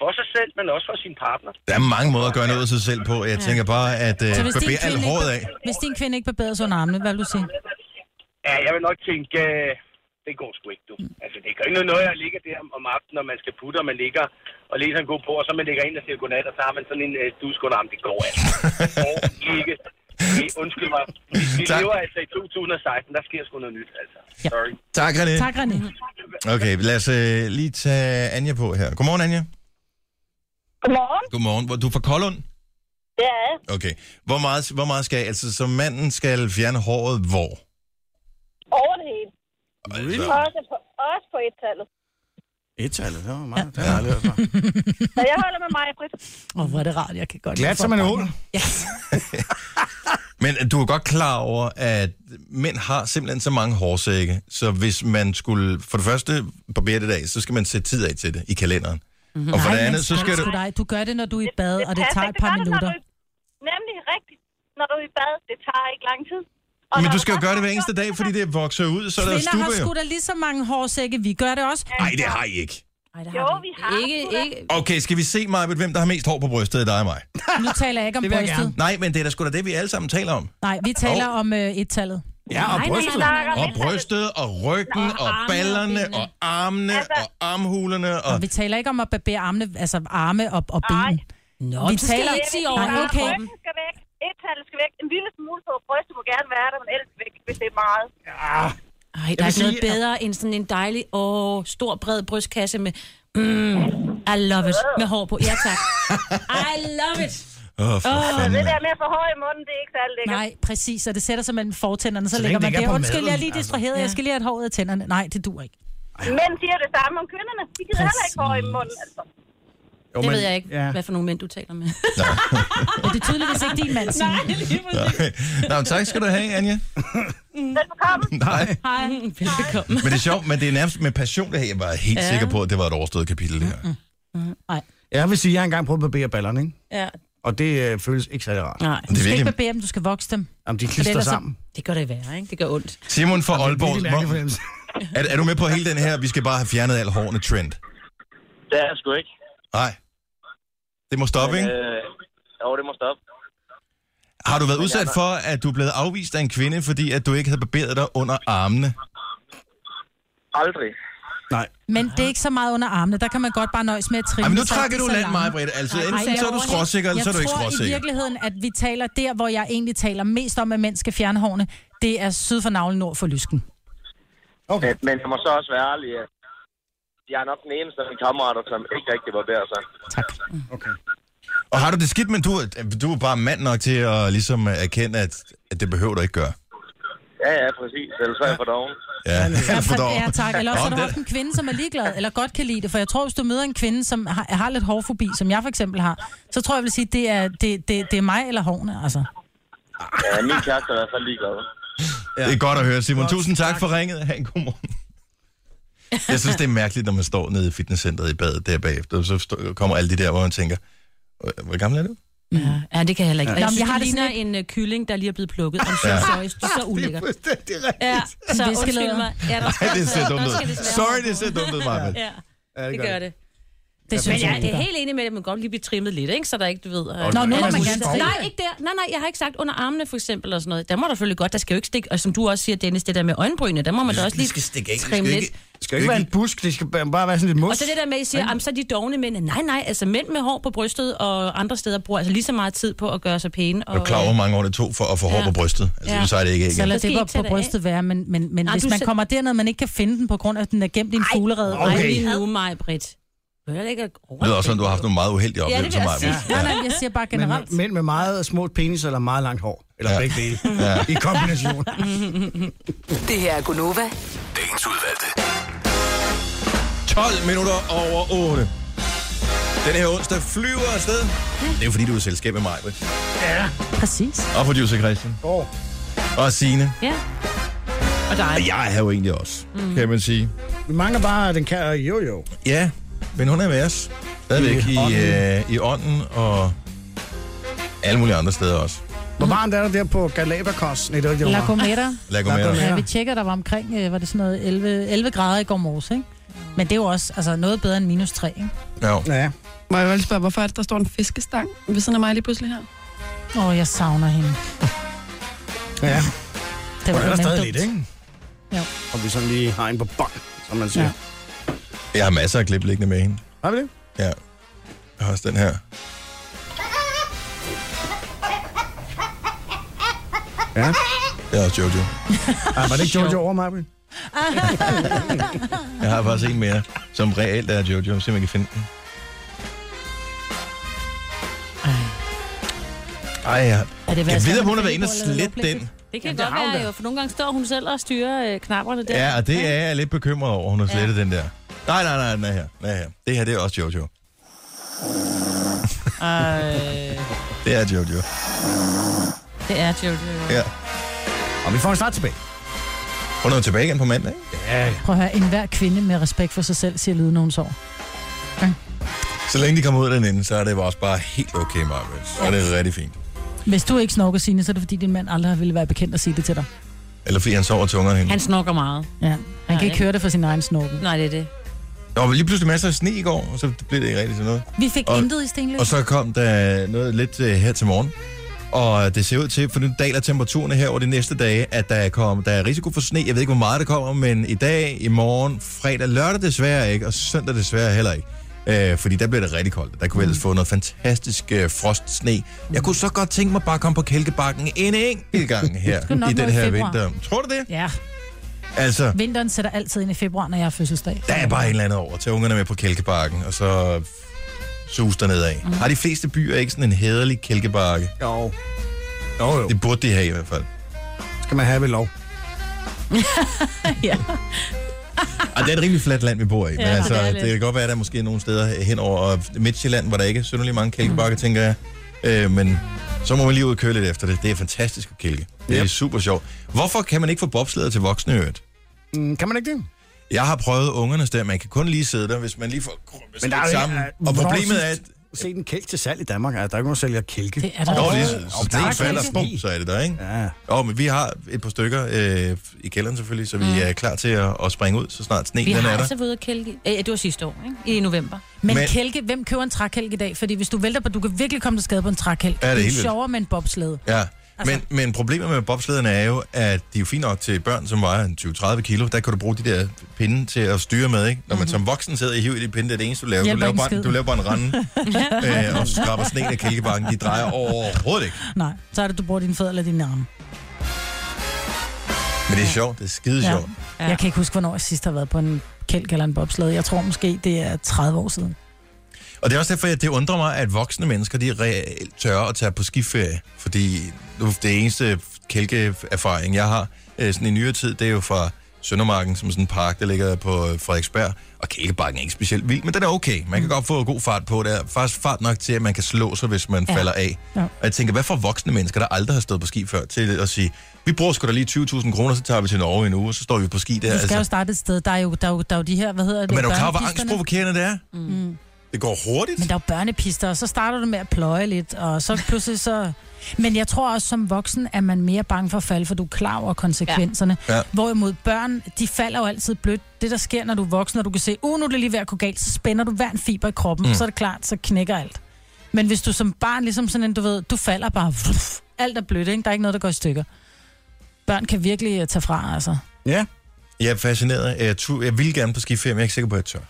J: For sig selv, men også for sin partner.
A: Der er mange måder at gøre noget af sig selv på. Jeg tænker bare at øh,
B: Så hvis din,
A: barbere alt
B: kvinde
A: håret af.
B: ikke, hvis din kvinde ikke bevæger under armene, hvad vil du sige?
J: Ja, jeg vil nok tænke, øh, det går sgu ikke, du. Altså, det gør ikke noget, noget, jeg ligger der om- om aftenen, når man skal putte, og man ligger og læser en god på, og så man ligger ind og siger godnat, og så har man sådan en øh, dusk under armen. Det går altså. Det går ikke. Det- Undskyld mig. Vi, vi
A: Tak.
J: lever altså i 2016. Der sker sgu noget nyt, altså. Sorry.
A: Tak, René.
B: Tak, René.
A: Okay, lad os øh, lige tage Anja på her. Godmorgen, Anja.
G: Godmorgen.
A: Godmorgen. Hvor- Du er fra Kollund?
G: Det er jeg.
A: Okay. Hvor meget, hvor meget skal, altså, så manden skal fjerne håret hvor?
G: over det hele.
A: Altså,
G: Også på, også på et tallet.
C: Et tallet, det var meget. Ja. Det var meget altså.
G: Så jeg holder med mig, Britt.
K: Åh, hvor er det rart, jeg kan godt
C: Glat
K: lide
C: som en
K: folk.
C: ål.
A: men du er godt klar over, at mænd har simpelthen så mange hårsække, så hvis man skulle for det første barbere det af, så skal man sætte tid af til det i kalenderen. Mm-hmm. Og for det
B: Mhm. Nej,
A: andet,
B: men
A: så skal
B: sgu
A: du...
B: dig. Du gør det, når du er i bad, og det
G: passer
B: tager et
G: ikke.
B: par
G: gør det, når
B: minutter.
G: du er- Nemlig rigtigt. Når du er i bad, det tager ikke lang tid. Og
A: Men
G: når
A: du skal jo
G: først
A: gøre det
G: har
A: hver eneste
G: gjort
A: dag, fordi det vokser ud, så er der
B: Kvinder har
A: stubbe
B: sgu
A: jo.
B: da lige så mange hårsække. Vi gør det også.
A: Nej, det har I ikke.
D: Ej, det
L: Jo, vi har.
D: Ikke, ikke,
A: Okay, skal vi se, Majbet, hvem der har mest hår på brystet af dig og mig?
B: Nu taler jeg ikke om brystet.
A: Nej, men det er da sgu da det, vi alle sammen taler om.
B: Nej, vi taler om øh, et-tallet.
A: Ja,
B: Nej,
A: og
B: nej,
A: brystet,
D: altså-
B: nej, nej.
A: og, brystet, og ryggen, og ballerne, og armene, og armhulerne, og...
B: Vi taler ikke om at barbere armene, altså arme og, og ben.
D: Nå,
B: vi
D: så skal
B: taler
D: jeg ikke sige over
B: Nej,
D: hele
B: okay.
D: kroppen.
G: skal væk. Et-tallet skal væk. En lille smule på brystet må gerne være der, men ellers væk, hvis det er meget.
C: Ah.
D: Ej, der er ikke noget bedre end sådan en dejlig og stor bred brystkasse med mm, I love it, med hår på. Ja tak. I love it.
A: Åh, oh, for
D: Åh,
A: fanden.
G: Det
A: mand.
G: der med at få hår i munden, det er ikke særlig lækkert.
B: Nej, præcis, og det sætter sig mellem fortænderne, så,
C: Så
B: så
C: det
B: lægger
C: ikke
B: man
C: ligger
B: det.
C: på
B: Undskyld, jeg er lige
C: maden,
B: distraheret, altså.
D: altså.
B: jeg skal lige have et hår ud af tænderne. Nej, det dur ikke.
G: Mænd siger det samme om kvinderne. De gider heller ikke få hår i munden, altså.
C: Jo,
D: Det ved jeg ikke,
C: Ja.
D: hvad for nogle mænd du taler med.
B: Men det er tydeligvis ikke din mand, Signe.
A: Nå, men tak skal du have, Anja.
G: Velbekomme.
A: Nej,
B: Hej.
D: Velbekomme.
A: men det er sjovt, men det er nærmest med passion, det her. Jeg var helt
D: Ja.
A: sikker på, at det var et overstået kapitel, det her.
C: Jeg vil sige, at jeg har engang prøvet at barbere ballerne, ikke?
D: Ja,
C: Og det øh, føles ikke særlig rart.
D: nej.
A: Men
B: Du
A: Det er
B: skal ikke
A: virkelig...
B: barbere dem, du skal vokse dem.
C: Jamen, de
B: For
C: klister
B: ellers så-
C: sammen.
D: Det gør det værre, ikke? Det gør ondt.
A: Simon fra Aalborg,
C: Virkelig mærkelig
A: hvor,
C: fornemmelse.
A: er, er du med på hele den her, vi skal bare have fjernet al hårene trend?
J: Det er jeg sgu ikke.
A: Nej. Det må stoppe, ikke?
J: Øh, jo, det må stoppe.
A: Har du været udsat for, at du er blevet afvist af en kvinde, fordi at du ikke havde barberet dig under armene?
J: Aldrig.
C: Nej.
B: Men det er ikke så meget under armene. Der kan man godt bare nøjes med at trimme.
A: Ej, men nu
B: så
A: trækker
B: det
A: du
B: så
A: land,
B: langt.
A: mig, Britt. Altså,
B: Ej,
A: enten
B: ej,
A: så er du
B: jeg-
A: skråsikker, eller så er du ikke
B: Jeg tror i
A: skråsikker.
B: virkeligheden, at vi taler der, hvor jeg egentlig taler mest om, at mænd skal fjerne hårene. Det er syd for navlen, nord for lysken.
C: Okay.
J: Men jeg må så også være ærlig, at jeg er nok den eneste af mine kammerater, som ikke rigtig barberer sig.
C: okay.
A: Og har du det skidt, men du, du er bare mand nok til at ligesom erkende, at, at det behøver du ikke gøre.
J: Ja, ja, præcis. Ellers er jeg for doven.
A: Ja, eller for dog.
B: Ja, tak. Eller også
A: Nå,
B: har du
A: men
B: haft
A: det-
B: en kvinde, som er ligeglad, eller godt kan lide det. For jeg tror, hvis du møder en kvinde, som har, har lidt hårfobi, som jeg for eksempel har, så tror jeg, jeg vil sige, det er, det, det, det er mig eller hårene, altså.
J: Ja, min kæreste er i hvert fald ligeglad.
A: Det er godt at høre, Simon. Tusind tak for ringet. Ha' en god morgen. Jeg synes, det er mærkeligt, når man står nede i fitnesscenteret i badet der bagefter, så stå- kommer alle de der, hvor man tænker, "Øh, hvor gammel er du?
D: Ja, ja det kan jeg heller ikke. Ja.
B: Nå,
D: Jeg,
B: men
D: synes,
B: jeg har
D: jeg
B: det
D: ligner
B: sådan
D: en uh, kylling, der lige er blevet plukket. I'm so
A: Ja. Ah,
D: sorry. Det er så ulækkert.
C: Det er rigtigt.
D: Ja, så undskyld
B: Viskelæder.
D: mig. Ja, der skal
A: Nej, det
D: også
A: ser
D: være-
A: dumt
D: der
A: ud.
D: skal desværre
A: Sorry,
D: være
A: det ser dumt ud, Marvind.
D: Ja,
C: Ja,
D: det gør det.
B: Det
D: Men
B: synes
D: jeg
B: jeg,
D: er
B: det
D: helt enig med det, man godt lige blive trimmet lidt, ikke? Så der ikke, du ved... øh,
B: Nå, nu
D: alle
B: må man
D: mulige
B: gerne
D: steder.
B: trimme
D: Nej, ikke der. Nej, nej, jeg har ikke sagt under armene for eksempel og sådan noget. Der må der selvfølgelig godt, der skal jo ikke stikke... Og som du også siger, Dennis, det der med øjenbrynene, der må man da også lige trimme lidt.
A: Det
C: Det skal ikke være en busk, det skal bare være sådan lidt mus.
D: Og så det der med, at I siger, at så er de dogne mænd. Nej, nej, altså mænd med hår på brystet og andre steder bruger altså lige så meget tid på at gøre sig pæne.
A: Er du
D: Og,
A: klar over, hvor mange år det tog for at få hår
D: Ja.
A: på brystet? Altså,
D: Ja.
A: nu sejler det ikke af
B: så
A: igen.
B: lad
D: Så skal
B: det
D: I
B: gå
D: ikke tage
B: på
D: det af.
B: brystet være, men, men, men
D: Ej,
B: hvis
D: du
B: man
D: selv-
B: kommer derned, og man ikke kan finde den på grund af, at den er gemt i en fuglerede.
D: Okay.
C: Okay.
D: Ej, lige nu mig, Britt. Du er heller ikke
A: Det lyder også, som du har haft nogle meget uheldige
D: det vil
A: oplevelser,
D: jeg
A: Maja.
D: sige.
B: Nej, nej, jeg siger bare
C: Men,
B: generelt.
C: mænd med meget små penis eller meget langt hår. Eller
A: Ja.
C: begge dele. I kombination.
D: Mm.
E: Det her er Gunova.
M: Dagens udvalgte.
A: 12 minutter over 8. Den her onsdag flyver afsted. Det er jo fordi, du er i selskab med mig, Britt.
B: Præcis.
A: Og producer Christian.
C: Åh.
A: Og Signe.
D: Ja. Og dig.
A: Og jeg er jo egentlig også, mm. kan man sige.
C: Vi mangler bare den kære jojo.
A: Ja, men hun er med os. Stadigvæk
C: I
A: i,
C: ånden.
A: øh, i ånden og alle mulige andre steder også.
C: Hvor
D: Mm.
C: varmt er der der på Galapagos? Nej, det var ikke, det var varmt.
B: Lagometer.
A: Lad gå med
C: Lad gå
A: dig.
C: med.
B: Ja, vi tjekker, der var omkring, øh, var det sådan noget 11, 11 grader i går morges, ikke? Men det er jo også altså, noget bedre end minus 3, ikke?
A: Jo.
C: Ja.
N: Må jeg vel spørge, hvorfor er det, der står en fiskestang ved siden af mig lige pludselig her?
B: Åh, oh, jeg savner hende.
C: ja.
B: Det
C: Og
B: var
C: der er stadig
B: nemt
C: lidt,
B: dumt.
C: ikke?
B: Jo.
C: Og vi sådan lige har en på bånd, som man siger.
B: Ja.
C: Ja.
A: Jeg har masser af klip liggende med hende.
C: Har vi det?
A: Ja. Jeg har også den her.
C: Ja.
A: Jeg har Jojo.
C: Ej, Ah, var det ikke Jojo over mig?
A: Jeg har faktisk en mere, som reelt er Jojo, så man kan finde den. Ej, jeg,
B: Er det, hvad
A: jeg
B: skal
A: ved, om
B: man
A: hun har været inde
B: finde
A: og
B: på at lave
A: slette
B: oplæg?
A: den.
D: Det kan godt være jo, for nogle gange står hun selv og styrer øh, knapperne der.
A: Ja, og det er jeg lidt bekymret over, hun har slettet den der. Nej, nej, nej, den er her. Den er her. Det her, det er også Jojo.
D: Ej,
A: Det er Jojo.
D: det er Jojo.
A: Ja.
C: Og vi får en snart tilbage.
A: Hun er jo tilbage igen på mandag, ikke?
B: Prøv at høre, enhver kvinde med respekt for sig selv siger lyden, når hun sover.
A: Så længe de kommer ud af den ende, så er det også bare helt okay, Marvind. Så er det rigtig fint.
B: Hvis du ikke snorker, Signe, så er det fordi, din mand aldrig har ville være bekendt at sige det til dig.
A: Eller fordi han sover tungere end hende.
D: Han snokker meget.
B: Ja. Han kan
D: Nej.
B: ikke høre det fra sin egen snorken.
D: Nej, det er det.
A: Der var lige pludselig masser af sne i går, og så blev det ikke rigtig til noget.
B: Vi fik
A: og,
B: intet i Stenløse.
A: Og så kom der noget lidt øh, her til morgen. Og det ser ud til, for nu daler temperaturerne her over de næste dage, at der, kom, der er risiko for sne. Jeg ved ikke, hvor meget der kommer, men i dag, i morgen, fredag, lørdag desværre ikke, og søndag desværre heller ikke. Øh, fordi der bliver det rigtig koldt. Der kunne vi
B: Mm.
A: ellers få noget fantastisk øh, frostsne. Jeg kunne så godt tænke mig bare at komme på Kælkebakken en enkelt gang her
B: Skal nok
A: i
B: nå
A: den
B: i
A: her
B: februar.
A: vinter. Tror du det?
B: Ja.
A: Altså,
B: Vinteren sætter altid ind i februar, når jeg har fødselsdag.
A: der er bare et eller andet over. Tag ungerne med på kælkebakken, og så sus dernede af. Mm.
B: Mhm.
A: Har de fleste byer ikke sådan en hederlig kælkebakke?
C: Jo. Jo, jo.
A: Det burde de have i hvert fald.
C: Skal man have ved lov.
D: ja.
A: Og det er et rimelig fladt land, vi bor i. Men
D: Ja,
A: altså,
D: det er
A: det,
D: lidt.
A: det kan godt være, at der er måske nogle steder hen over Midtjylland, hvor der ikke er synderligt mange kælkebakker, mm. tænker jeg. Øh, men så må man lige ud og køre lidt efter det. Det er fantastisk at kælke. Det er super sjovt. Hvorfor kan man ikke få bobsleder til voksne i øvrigt?
C: Mm, kan man ikke det?
A: Jeg har prøvet ungernes der. Man kan kun lige sidde der, hvis man lige får krympet
C: Men der er
A: lidt
C: jo
A: sammen.
C: ikke-
A: Og
C: Hvornår
A: problemet er, at
C: sidst Se den kælk til salg i Danmark. Altså, der er ikke nogen, der sælger kælke.
B: Det
A: er der. Nå, det er- så det
C: er
A: falder
C: kælke.
A: på, så er det der, ikke?
C: Ja.
A: Jo, men vi har et par stykker øh, i kælderen selvfølgelig, så vi mm. er klar til at, at springe ud, så snart sneen
D: Vi
A: den
D: har
A: er der.
D: altså været ude at kælke. Øh, det var sidste år, ikke? I november.
B: Men,
A: Men-
B: Men kælke, hvem køber en trækælk i dag? Fordi hvis du vælter på, du kan virkelig komme til skade på en trækælk.
A: Ja, det er helt
B: er
A: vildt.
B: sjovere med en bobsled.
A: Ja,
B: Altså-
A: men, men problemet med bobslederne er jo, at de er jo fint nok til børn, som vejer en 20-30 kilo. Der kan du bruge de der pinde til at styre med, ikke? Når man som voksen sidder i hiv i de pinde, det er det eneste, du laver. Du
B: Hjælper
A: laver,
B: ikke Mhm.
A: bare,
B: en skid.
A: du laver bare en rande, øh, og så skraber sneen af kælkebakken. De drejer overhovedet ikke.
B: Nej, så er det, du bruger dine fødder eller dine arme.
A: Men det er sjovt. Det er skide
B: Ja.
A: sjovt.
B: Ja. Jeg kan ikke huske, hvornår jeg sidst har været på en kælk eller en bobsled. Jeg tror måske, det er 30 år siden.
A: Og det er også derfor, at det undrer mig, at voksne mennesker, de reelt tør at tage på skiferie. Fordi nu, det eneste kælkeerfaring, jeg har øh, sådan i nyere tid, det er jo fra Søndermarken, som er sådan en park, der ligger på øh, Frederiksberg. Og kælkebakken er ikke specielt vild, men den er okay. Man kan
B: Mm.
A: godt få god fart på. Der er faktisk fart nok til, at man kan slå sig, hvis man ja.
B: Ja.
A: falder af.
B: Ja.
A: Og jeg tænker, hvad for voksne mennesker, der aldrig har stået på ski før, til at sige, vi bruger sgu da lige 20.000 kroner, så tager vi til Norge i en uge, og så står vi på ski der.
B: Ja, du skal jo starte et sted. Der er jo, der er jo, der er jo de her, hvad hedder det?
A: altså. men er du klar, over, hvor
B: børnepisterne?
A: angstprovokerende det er?
B: Mm.
A: Det går hurtigt.
B: Men der er jo børnepister, og så starter du med at pløje lidt, og så pludselig så... Men jeg tror også, som voksen er man mere bange for at falde, for du er klar over konsekvenserne.
A: Ja. Ja.
B: Hvorimod børn, de falder jo altid blødt. Det, der sker, når du er voksen, og du kan se, uh, nu er det lige ved at gå galt, så spænder du hver en fiber i kroppen,
A: Mm.
B: mm. så er det klart, så knækker alt. Men hvis du som barn, ligesom sådan en, du ved, du falder bare, vuff, alt er blødt, ikke? der er ikke noget, der går i stykker. Børn kan virkelig øh, tage fra, altså.
C: Ja.
A: Jeg er fascineret. Jeg, tu- jeg vil gerne på skiferie, men jeg er ikke sikker på, at jeg tør.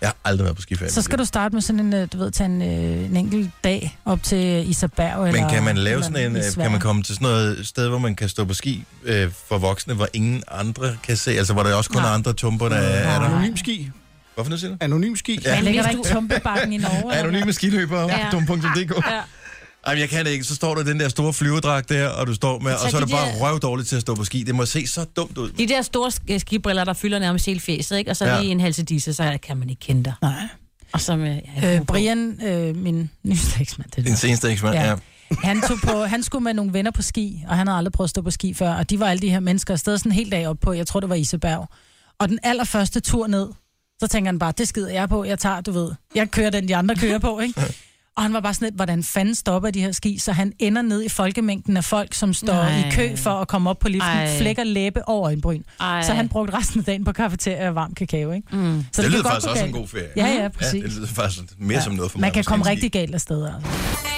A: Jeg har aldrig været på skiferie.
B: Så skal du starte med sådan en, øh, du ved, tage en, øh, en enkelt dag op til Isaberg.
A: Men
B: eller,
A: kan man lave
B: eller
A: sådan en,
B: i
A: øh,
B: Sverige.
A: kan man komme til sådan noget sted, hvor man kan stå på ski øh, for voksne, hvor ingen andre kan se, altså hvor der også kun
B: Nej.
A: er andre tumper, der er der?
C: Anonym ski.
A: Hvorfor nu siger du?
C: Anonym ski.
A: Ja.
B: Man lægger der ikke tumpebakken i Norge. eller
A: Anonyme skiløbere, ja.
B: Ja.
A: dum.dk. Ja. Jamen, jeg kan det ikke. Så står der den der store flyverdragt der, og du står med,
D: Så
A: og så er
D: de
A: det bare
D: der-
A: røvdårligt til at stå på ski. Det må se så dumt ud.
D: De der store sk- skibriller, der fylder nærmest hele fæset, ikke? Og så
A: Ja.
D: ja. lige en halsedisse, så kan man ikke kende dig.
B: Nej.
D: Og så med... Ja,
B: andet. Øh, Brian, øh, min nye slægtsmand, det
A: Den
B: lyder-
A: seneste eksperiment. Ja.
B: Ja.
A: ja.
B: han, tog på, han skulle med nogle venner på ski, og han havde aldrig prøvet at stå på ski før, og de var alle de her mennesker afsted sådan en hel dag op på, jeg tror det var Iseberg. Og den allerførste tur ned, så tænker han bare, det skider jeg på, jeg tager, du ved, jeg kører den, de andre kører på, ikke? Og han var bare sådan lidt, hvordan fanden stopper de her ski, så han ender ned i folkemængden af folk, som står
D: Nej.
B: i kø for at komme op på liften,
D: Ej.
B: flækker læbe over øjenbryn.
D: Ej.
B: Så han brugte resten af dagen på kafeteria og varm kakao, ikke?
D: Mm.
A: det
B: Så kan
A: lyder
B: godt
A: faktisk
B: gå
A: også en
B: galt.
A: god ferie.
B: Ja, ja, præcis.
A: Ja, det lyder faktisk mere ja. som noget for
B: Man
A: mig,
B: kan
A: måske,
B: komme
A: end
B: rigtig galt afsted, altså.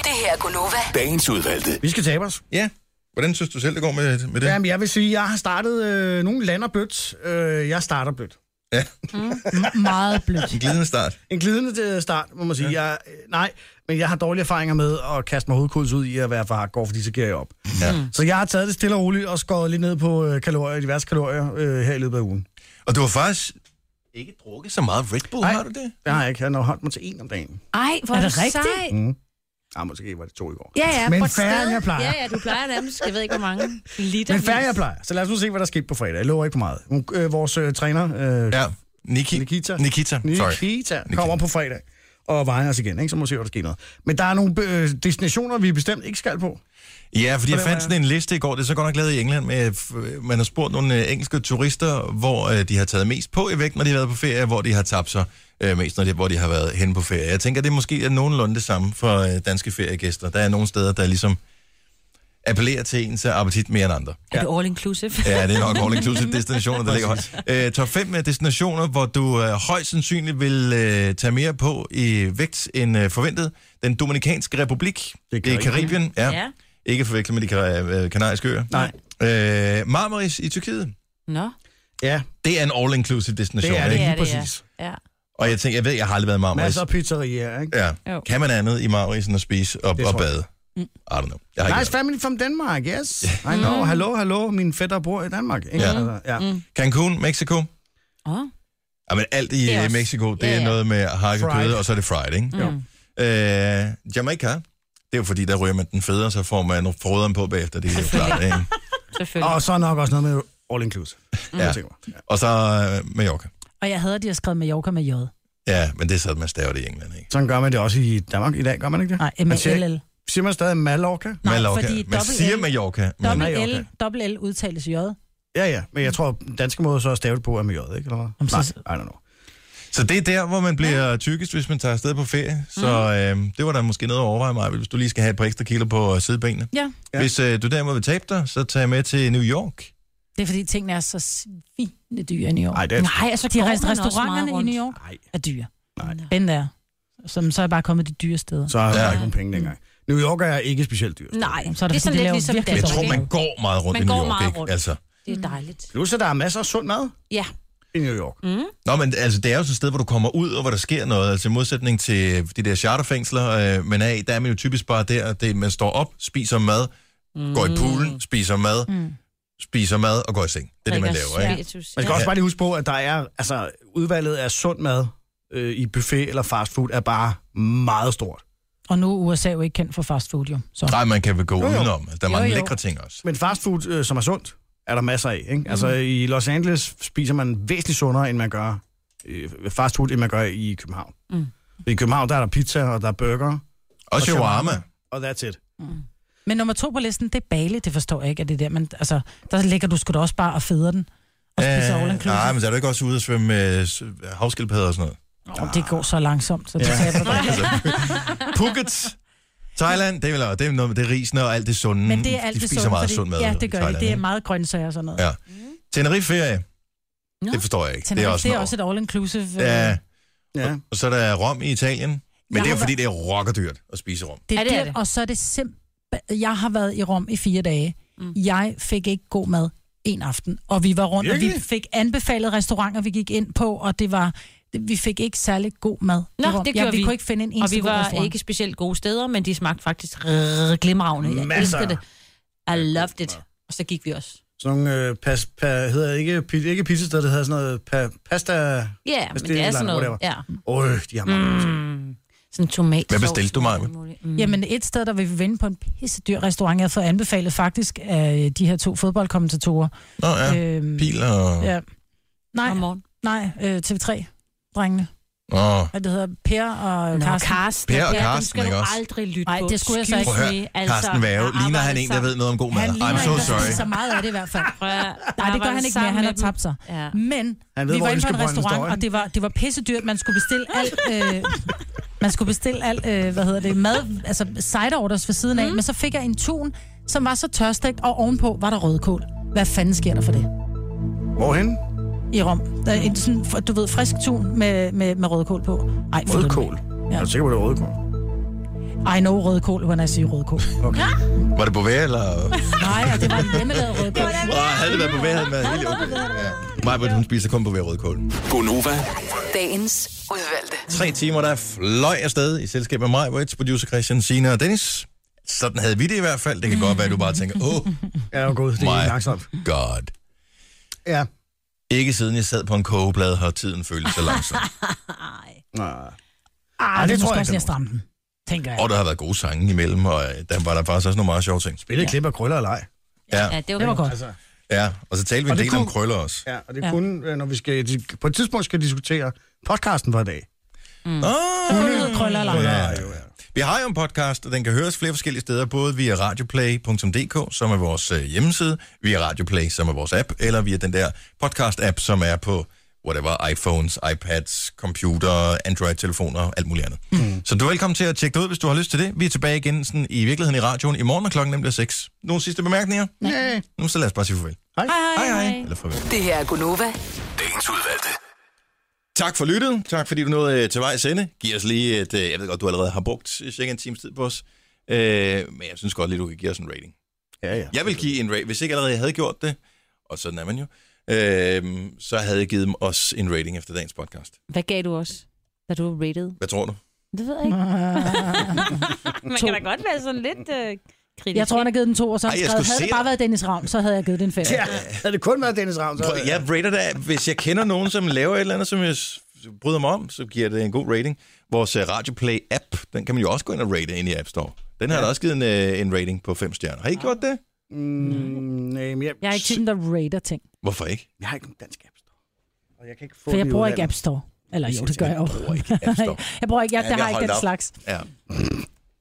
O: Det her er Gunova.
P: Dagens udvalgte.
C: Vi skal tabe os.
A: Ja. Hvordan synes du selv, det går med, med det?
C: Jamen, jeg vil sige, jeg har startet øh, nogle lander blødt. Øh, jeg starter blødt.
B: M- meget blødt.
A: En glidende start.
C: En glidende øh, start, må man sige. Ja. Jeg, øh, nej, men jeg har dårlige erfaringer med at kaste mig hovedkuls ud i at være for hardcore, fordi så giver jeg op.
A: Ja.
C: Så jeg har taget det stille og roligt og skåret lidt ned på øh, kalorier, diverse kalorier øh, her i løbet af ugen.
A: Og du har faktisk ikke drukket så meget Red Bull,
C: Nej.
A: har du det?
C: Det har jeg ikke. Jeg har nok holdt mig til en om dagen.
D: Ej, hvor
B: Er
D: er,
B: det
D: du
B: rigtigt?
D: sej.
C: Ja, måske var det to i går.
D: Ja, ja,
C: Men
D: på et
C: færre,
D: sted.
C: end jeg plejer.
D: Ja, ja, du plejer nærmest, jeg ved ikke, hvor mange liter.
C: Men færre jeg plejer. Så lad os nu se, hvad der skete på fredag. Jeg lover ikke for meget. Hun, øh, vores øh, træner, øh,
A: Ja. Niki.
C: Nikita.
A: Nikita. Sorry.
C: Nikita kommer på fredag og vejer os igen, ikke? så må vi se, hvad der sker noget. Men der er nogle øh, destinationer, vi bestemt ikke skal på.
A: Ja, fordi jeg
C: Hvordan
A: fandt
C: var
A: sådan en liste i går, det er så godt nok lavet i England, med, f- man har spurgt nogle øh, engelske turister, hvor øh, de har taget mest på i vægt, når de har været på ferie, og hvor de har tabt sig øh, mest, når de, hvor de har været henne på ferie. øh, Jeg tænker, det er måske er nogenlunde det samme for øh, danske feriegæster. Der er nogle steder, der ligesom appellerer til ens appetit mere end andre.
D: Er det all inclusive?
A: Ja, det er nok all inclusive destinationer, der ligger højt. Øh, top 5 med destinationer, hvor du øh, højst sandsynligt vil øh, tage mere på i vægt end øh, forventet. Den Dominikanske Republik. Det er Karibien. Ja. ja. Ikke forvekslet med de kar- øh, kanariske øer.
C: Nej.
A: Øh, Marmaris i Tyrkiet.
D: Nå,
C: Ja,
A: Det er en all-inclusive destination,
C: det er det
A: ikke?
D: er
C: lige
D: det, ja.
C: præcis.
D: ja.
A: Og jeg tænker, jeg ved, jeg har aldrig været i Marmaris.
C: Masser af pizzerier, ikke?
A: Ja.
D: Jo.
A: Kan man andet i Marmaris end at spise og,
C: Det
A: og
C: tror jeg.
A: bade? Mm. I don't know. Jeg har ikke
C: Nice
A: været. Mm.
C: family from Denmark, yes. I know. Hallo, hallo, min fætter bor i Danmark. Ikke?
A: Ja.
C: Altså, ja.
D: Mm.
A: Cancun, Mexico.
D: Åh,
A: Jamen, alt i
D: Det er
A: det
D: også-
A: Mexico, det
D: Ja,
A: er
D: ja.
A: noget med hakket
C: Fried.
A: kød, og så er det fried, ikke?
D: Jo. Mm.
A: Øh, Jamaica, det er jo fordi, der ryger man den fede, og så får man froderen på bagefter, det er jo klart, ikke?
D: selvfølgelig.
C: Og så nok også noget med all inclusive.
A: Ja.
C: Ja.
A: Og så øh, Mallorca.
B: Og jeg havde, at de har skrevet Mallorca med J.
A: Ja, men det er sådan, man staver det i England, ikke?
C: Sådan gør man det også i Danmark i dag, gør man ikke det?
B: Nej,
C: Man
A: Altså,
C: siger,
B: M-A-L-L.
C: siger man stadig Mallorca?
B: Nej,
A: Mallorca.
B: fordi
A: man
B: dobbelt
A: siger
B: L-
A: Mallorca, men
B: Dobbelt
C: Mallorca.
B: L, dobbelt L udtales J.
C: Ja, ja, men jeg tror, danske måde så er stavet på er med J, ikke? Eller hvad?
B: Jamen, så-
C: Nej, I don't know.
A: Så det er der, hvor man bliver ja. tyrkisk, hvis man tager afsted på ferie. Så
D: Mhm.
A: øh, det var da måske noget at overveje mig, hvis du lige skal have et par ekstra kilo på øh, sidebenene.
D: Ja.
A: Ja. Hvis øh, du derimod vil tabe dig, så tag med til New York.
B: Det er fordi tingene er så svine dyre i New York.
C: Nej, det er...
D: Nej, altså,
B: De
D: går
B: rest-
D: man også
B: restauranterne
D: meget
B: i
D: rundt.
B: New York
C: Nej,
B: er dyre.
C: Nej.
B: Den der. Som så er bare kommet de dyre steder.
C: så har
A: Ja.
C: jeg ikke nogen penge dengang. New York er ikke specielt dyrt.
D: Nej,
B: Så er det,
D: det
B: fordi,
D: er sådan
B: de
D: lidt
B: laver
D: ligesom
B: virkelig
A: Men jeg
D: Danmark.
A: tror, man går meget rundt
D: Man
A: i New
D: går
A: York,
D: meget
A: ikke?
D: rundt.
A: Altså.
D: Det er dejligt.
C: Plus, at der er masser af sund mad
D: Ja,
C: i New York.
A: Nå, men altså, det er jo sådan et sted, hvor du kommer ud, og hvor der sker noget. Altså i modsætning til de der charterfængsler, øh, man er i, der er man jo typisk bare der, det, man står op, spiser mad, mm. går i poolen, spiser mad, mm. spiser mad og går i seng. Det er det, man laver, ikke?
C: Man skal også bare lige huske på, at der er, altså, udvalget af sund mad øh, i buffet eller fastfood er bare meget stort.
B: Og nu er USA jo ikke kendt for fast food, jo. Så.
A: Nej, man kan vel gå
C: Jo, jo.
A: udenom. Altså, der er mange
B: Jo, jo.
A: lækre ting også.
C: Men fastfood, øh, som er sundt, er der masser af. Ikke? Altså i Los Angeles spiser man væsentligt sundere, end man gør øh, fastfood, end man gør i København.
D: Mm.
C: I København, der er der pizza, og der er burger,
A: Og shawarma.
C: og that's it.
D: Mm.
B: Men nummer to på listen, det er Bali, det forstår jeg ikke, at det er der. Men altså, der ligger du sgu da også bare og feder den. Og spiser all
A: Øh,
B: inclusive.
A: nej, men så er du ikke også ude og svømme med havskildpadder og sådan noget?
B: Nå, det går så langsomt, så det ja. taber dig.
A: Altså, Phuket, Thailand, det er, vel- det er noget med det risende og alt det sunde.
B: Men det er alt
A: de
B: det
A: spiser
B: sundt,
A: meget
B: fordi-
A: sund mad.
B: Ja,
A: i
B: det gør
A: Thailand,
B: det. Det er
A: ikke?
B: meget grøntsager og sådan noget.
A: Ja. Tenerife-ferie, det forstår jeg ikke.
B: Tenerife,
A: det er også,
B: det
A: en
B: er også et all-inclusive. øh,
A: Ja,
C: Ja.
A: og så er der Rom i Italien. Men
B: Jeg
A: det er jo
B: har
A: fordi, det er rockerdyrt at spise Rom.
B: Det
D: Ja,
B: er, ja,
D: det
B: det
D: er det.
B: Og så er det simpelthen... Jeg har været i Rom i fire dage. Mm. Jeg fik ikke god mad en aften. Og vi var rundt, og
C: Virkelig?
B: vi fik anbefalet restauranter, vi gik ind på, og det var... Vi fik ikke særlig god mad. i
D: Nå,
B: Rom.
D: det
B: ja,
D: gjorde
B: vi.
D: vi.
B: kunne ikke finde en
D: Og
B: eneste
D: vi
B: god
D: var
B: restaurant.
D: ikke specielt gode steder, men de smagte faktisk rrr, glimragende. Jeg
C: Masser.
D: elsker det. I loved it. Og så gik vi også.
C: Sådan nogle, øh, pas, pa, hedder det ikke, pi- ikke pizzasted, det hedder sådan noget pa, pasta...
D: Ja, yeah, men
C: Hvis
D: det
C: det
D: er
C: er
D: sådan
C: langt,
D: noget. Ja.
C: Åh, øh, de har mange. Mm.
D: Mm. Sådan tomat.
A: Hvad bestilte du, Maja?
D: Mm.
B: Jamen et sted, der vil vi vinde på en pissedyr restaurant, jeg har fået anbefalet faktisk af de her to fodboldkommentatorer.
A: Nå ja,
B: øhm,
A: Øh, pil og...
B: ja. Nej,
D: Om morgenen.
B: nej, øh, TV3-drengene.
A: Åh,
B: Hvad det hedder? Per og
D: Nå,
B: Carsten.
D: Karsten.
A: Per og
D: dem
A: Karsten,
D: skal
A: ikke
D: du
A: også?
D: aldrig lytte
B: Nej,
D: på.
B: det skulle jeg så
D: Excuse
B: ikke.
A: prøv at
D: me.
A: høre,
D: Altså,
A: Carsten Værge,
D: der
A: ligner han
D: arbejder
A: en, der ved noget om god mad?
B: Han ligner
A: I'm so
B: ikke, at han
A: sorry.
B: spiser meget af det i hvert fald.
D: sammen. Prøv at høre, der
B: Nej, det gør
D: arbejder
B: han ikke mere.
D: sammen
B: Han
D: med
B: har
D: dem.
B: tabt sig.
D: Ja.
B: Men
C: Han
B: han
C: ved,
B: ved, vi
C: hvor
B: var inde på en
C: ølskebrønden
B: restaurant,
C: står, ikke?
B: og det var, det var pissedyrt. Man skulle bestille alt... Øh, man skulle bestille alt, øh, hvad hedder det, mad, altså side orders ved siden
D: Mhm.
B: af, mm. men så fik jeg en tun, som var så tørstegt, og ovenpå var der rødkål. Hvad fanden sker der for det
C: Hvorhen?
B: i Rom? Der er en sådan, du ved, frisk tun med, med, med rødkål på. Ej, få den
C: Rødkål. Ja.
B: Ja.
C: Er du sikker på, det er rødkål?
B: væk. I know rødkål, when I siger rødkål.
A: Var det Bovea, eller...
B: Nej, og det var en hjemmelavet rødkål.
A: Åh, havde det været Bovea, havde det været helt okay. Ja. Maja, hun spiser kun Bovea rødkål.
Q: Gonova,
E: Dagens udvalgte.
A: Tre timer, der fløj afsted i selskab med mig, Brits, producer Christian, Sina og Dennis. Sådan havde vi det i hvert fald. Det kan godt være, at du bare tænker, åh, oh,
C: Ja, jo gud, det er
A: Nej.
C: ikke langsomt.
A: god.
C: Ja.
A: Ikke siden jeg sad på en kogeplade, har tiden følt så langsom.
C: Nej.
B: Ej,
C: det
B: det, det
C: tror
B: tror
C: jeg
B: jeg også,
C: ikke,
B: jeg stramte den, tænker jeg.
A: Og der har været gode sange imellem, og øh, der var der faktisk også nogle meget sjove ting.
C: Spille et klip af krøller og leg.
D: Ja,
A: Ja,
D: det var,
B: Det var godt.
C: Altså,
A: ja. og så talte vi en
C: Og det
A: del om
C: kunne-
A: krøller også.
C: ja, og det er ja. kun, øh, når vi skal, de- på et tidspunkt skal diskutere podcasten for i dag. Mm. Ah,
A: Åh,
B: Krøller, krøller, eller
A: ja,
B: ej.
A: ja, ja. Vi har jo en podcast, og den kan høres flere forskellige steder, både via radioplay.dk, som er vores øh, hjemmeside, via Radioplay, som er vores app, eller via den der podcast-app, som er på whatever, iPhones, iPads, computer, Android-telefoner og alt muligt andet. Mm. Så du er velkommen til at tjekke det ud, hvis du har lyst til det. Vi er tilbage igen sådan, i virkeligheden i radioen i morgen, og klokken nemlig er 6. Nogle sidste bemærkninger?
C: Nej.
A: Nu så lad os bare sige farvel.
C: Hej.
A: Hej, hej. hej. Eller farvel.
E: Det her er Gunova.
F: Dagens udvalgte.
A: Tak for lyttet. Tak fordi du nåede øh, til vej sende. Giv os lige et... Øh, jeg ved godt, du allerede har brugt øh, cirka en times tid på os. Øh, men jeg synes godt lige, du kan give os en rating.
C: Ja, ja.
A: Jeg vil give en rating, hvis ikke allerede jeg havde gjort det, og sådan er man jo, øh, så havde jeg givet dem os en rating efter dagens podcast.
D: Hvad gav du os, da du rated?
A: Hvad tror du?
D: Det ved jeg ikke. Man kan da godt være sådan lidt øh, kritisk.
I: Jeg tror, han har givet den to, og så
A: Ej,
I: Ej,
A: jeg
I: skrevet,
A: skulle
I: havde
A: se
I: det bare
A: dig.
I: været Dennis Ravn, så havde jeg givet den fem.
C: Ja, havde det kun været Dennis Ravn, så...
A: Prøv, jeg rater da, hvis jeg kender nogen, som laver et eller andet, som jeg s- bryder mig om, så giver det en god rating. Vores øh, Radio Play app, den kan man jo også gå ind og rate ind i App Store. Den har da også givet en, øh, en rating på 5 stjerner. Har I ikke gjort det?
C: Mm, nej, men jeg,
I: Jeg er ikke typen, der rater ting,
A: Hvorfor ikke?
C: jeg har ikke en dansk app store. Og jeg kan ikke få
I: for jeg
C: den i
I: bruger
C: udlandet.
I: ikke App Store. Eller jo, det gør jeg jo.
A: Jeg bruger ikke App Store.
I: Jeg bruger ikke, jeg,
A: Ja,
I: der
A: jeg
I: har ikke
A: holdt
I: den
A: op.
I: slags.
A: Ja.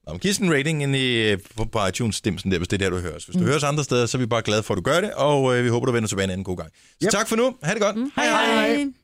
A: Nå, men giv os en rating ind i, øh, på, på iTunes-stemsen der, hvis det er der, du hører os. Hvis du mm. hører os andre steder, så er vi bare glade for, at du gør det, og øh, vi håber, du vender tilbage en anden god gang. Så yep. tak for nu. Ha' det godt. Mm.
I: Hej, hej.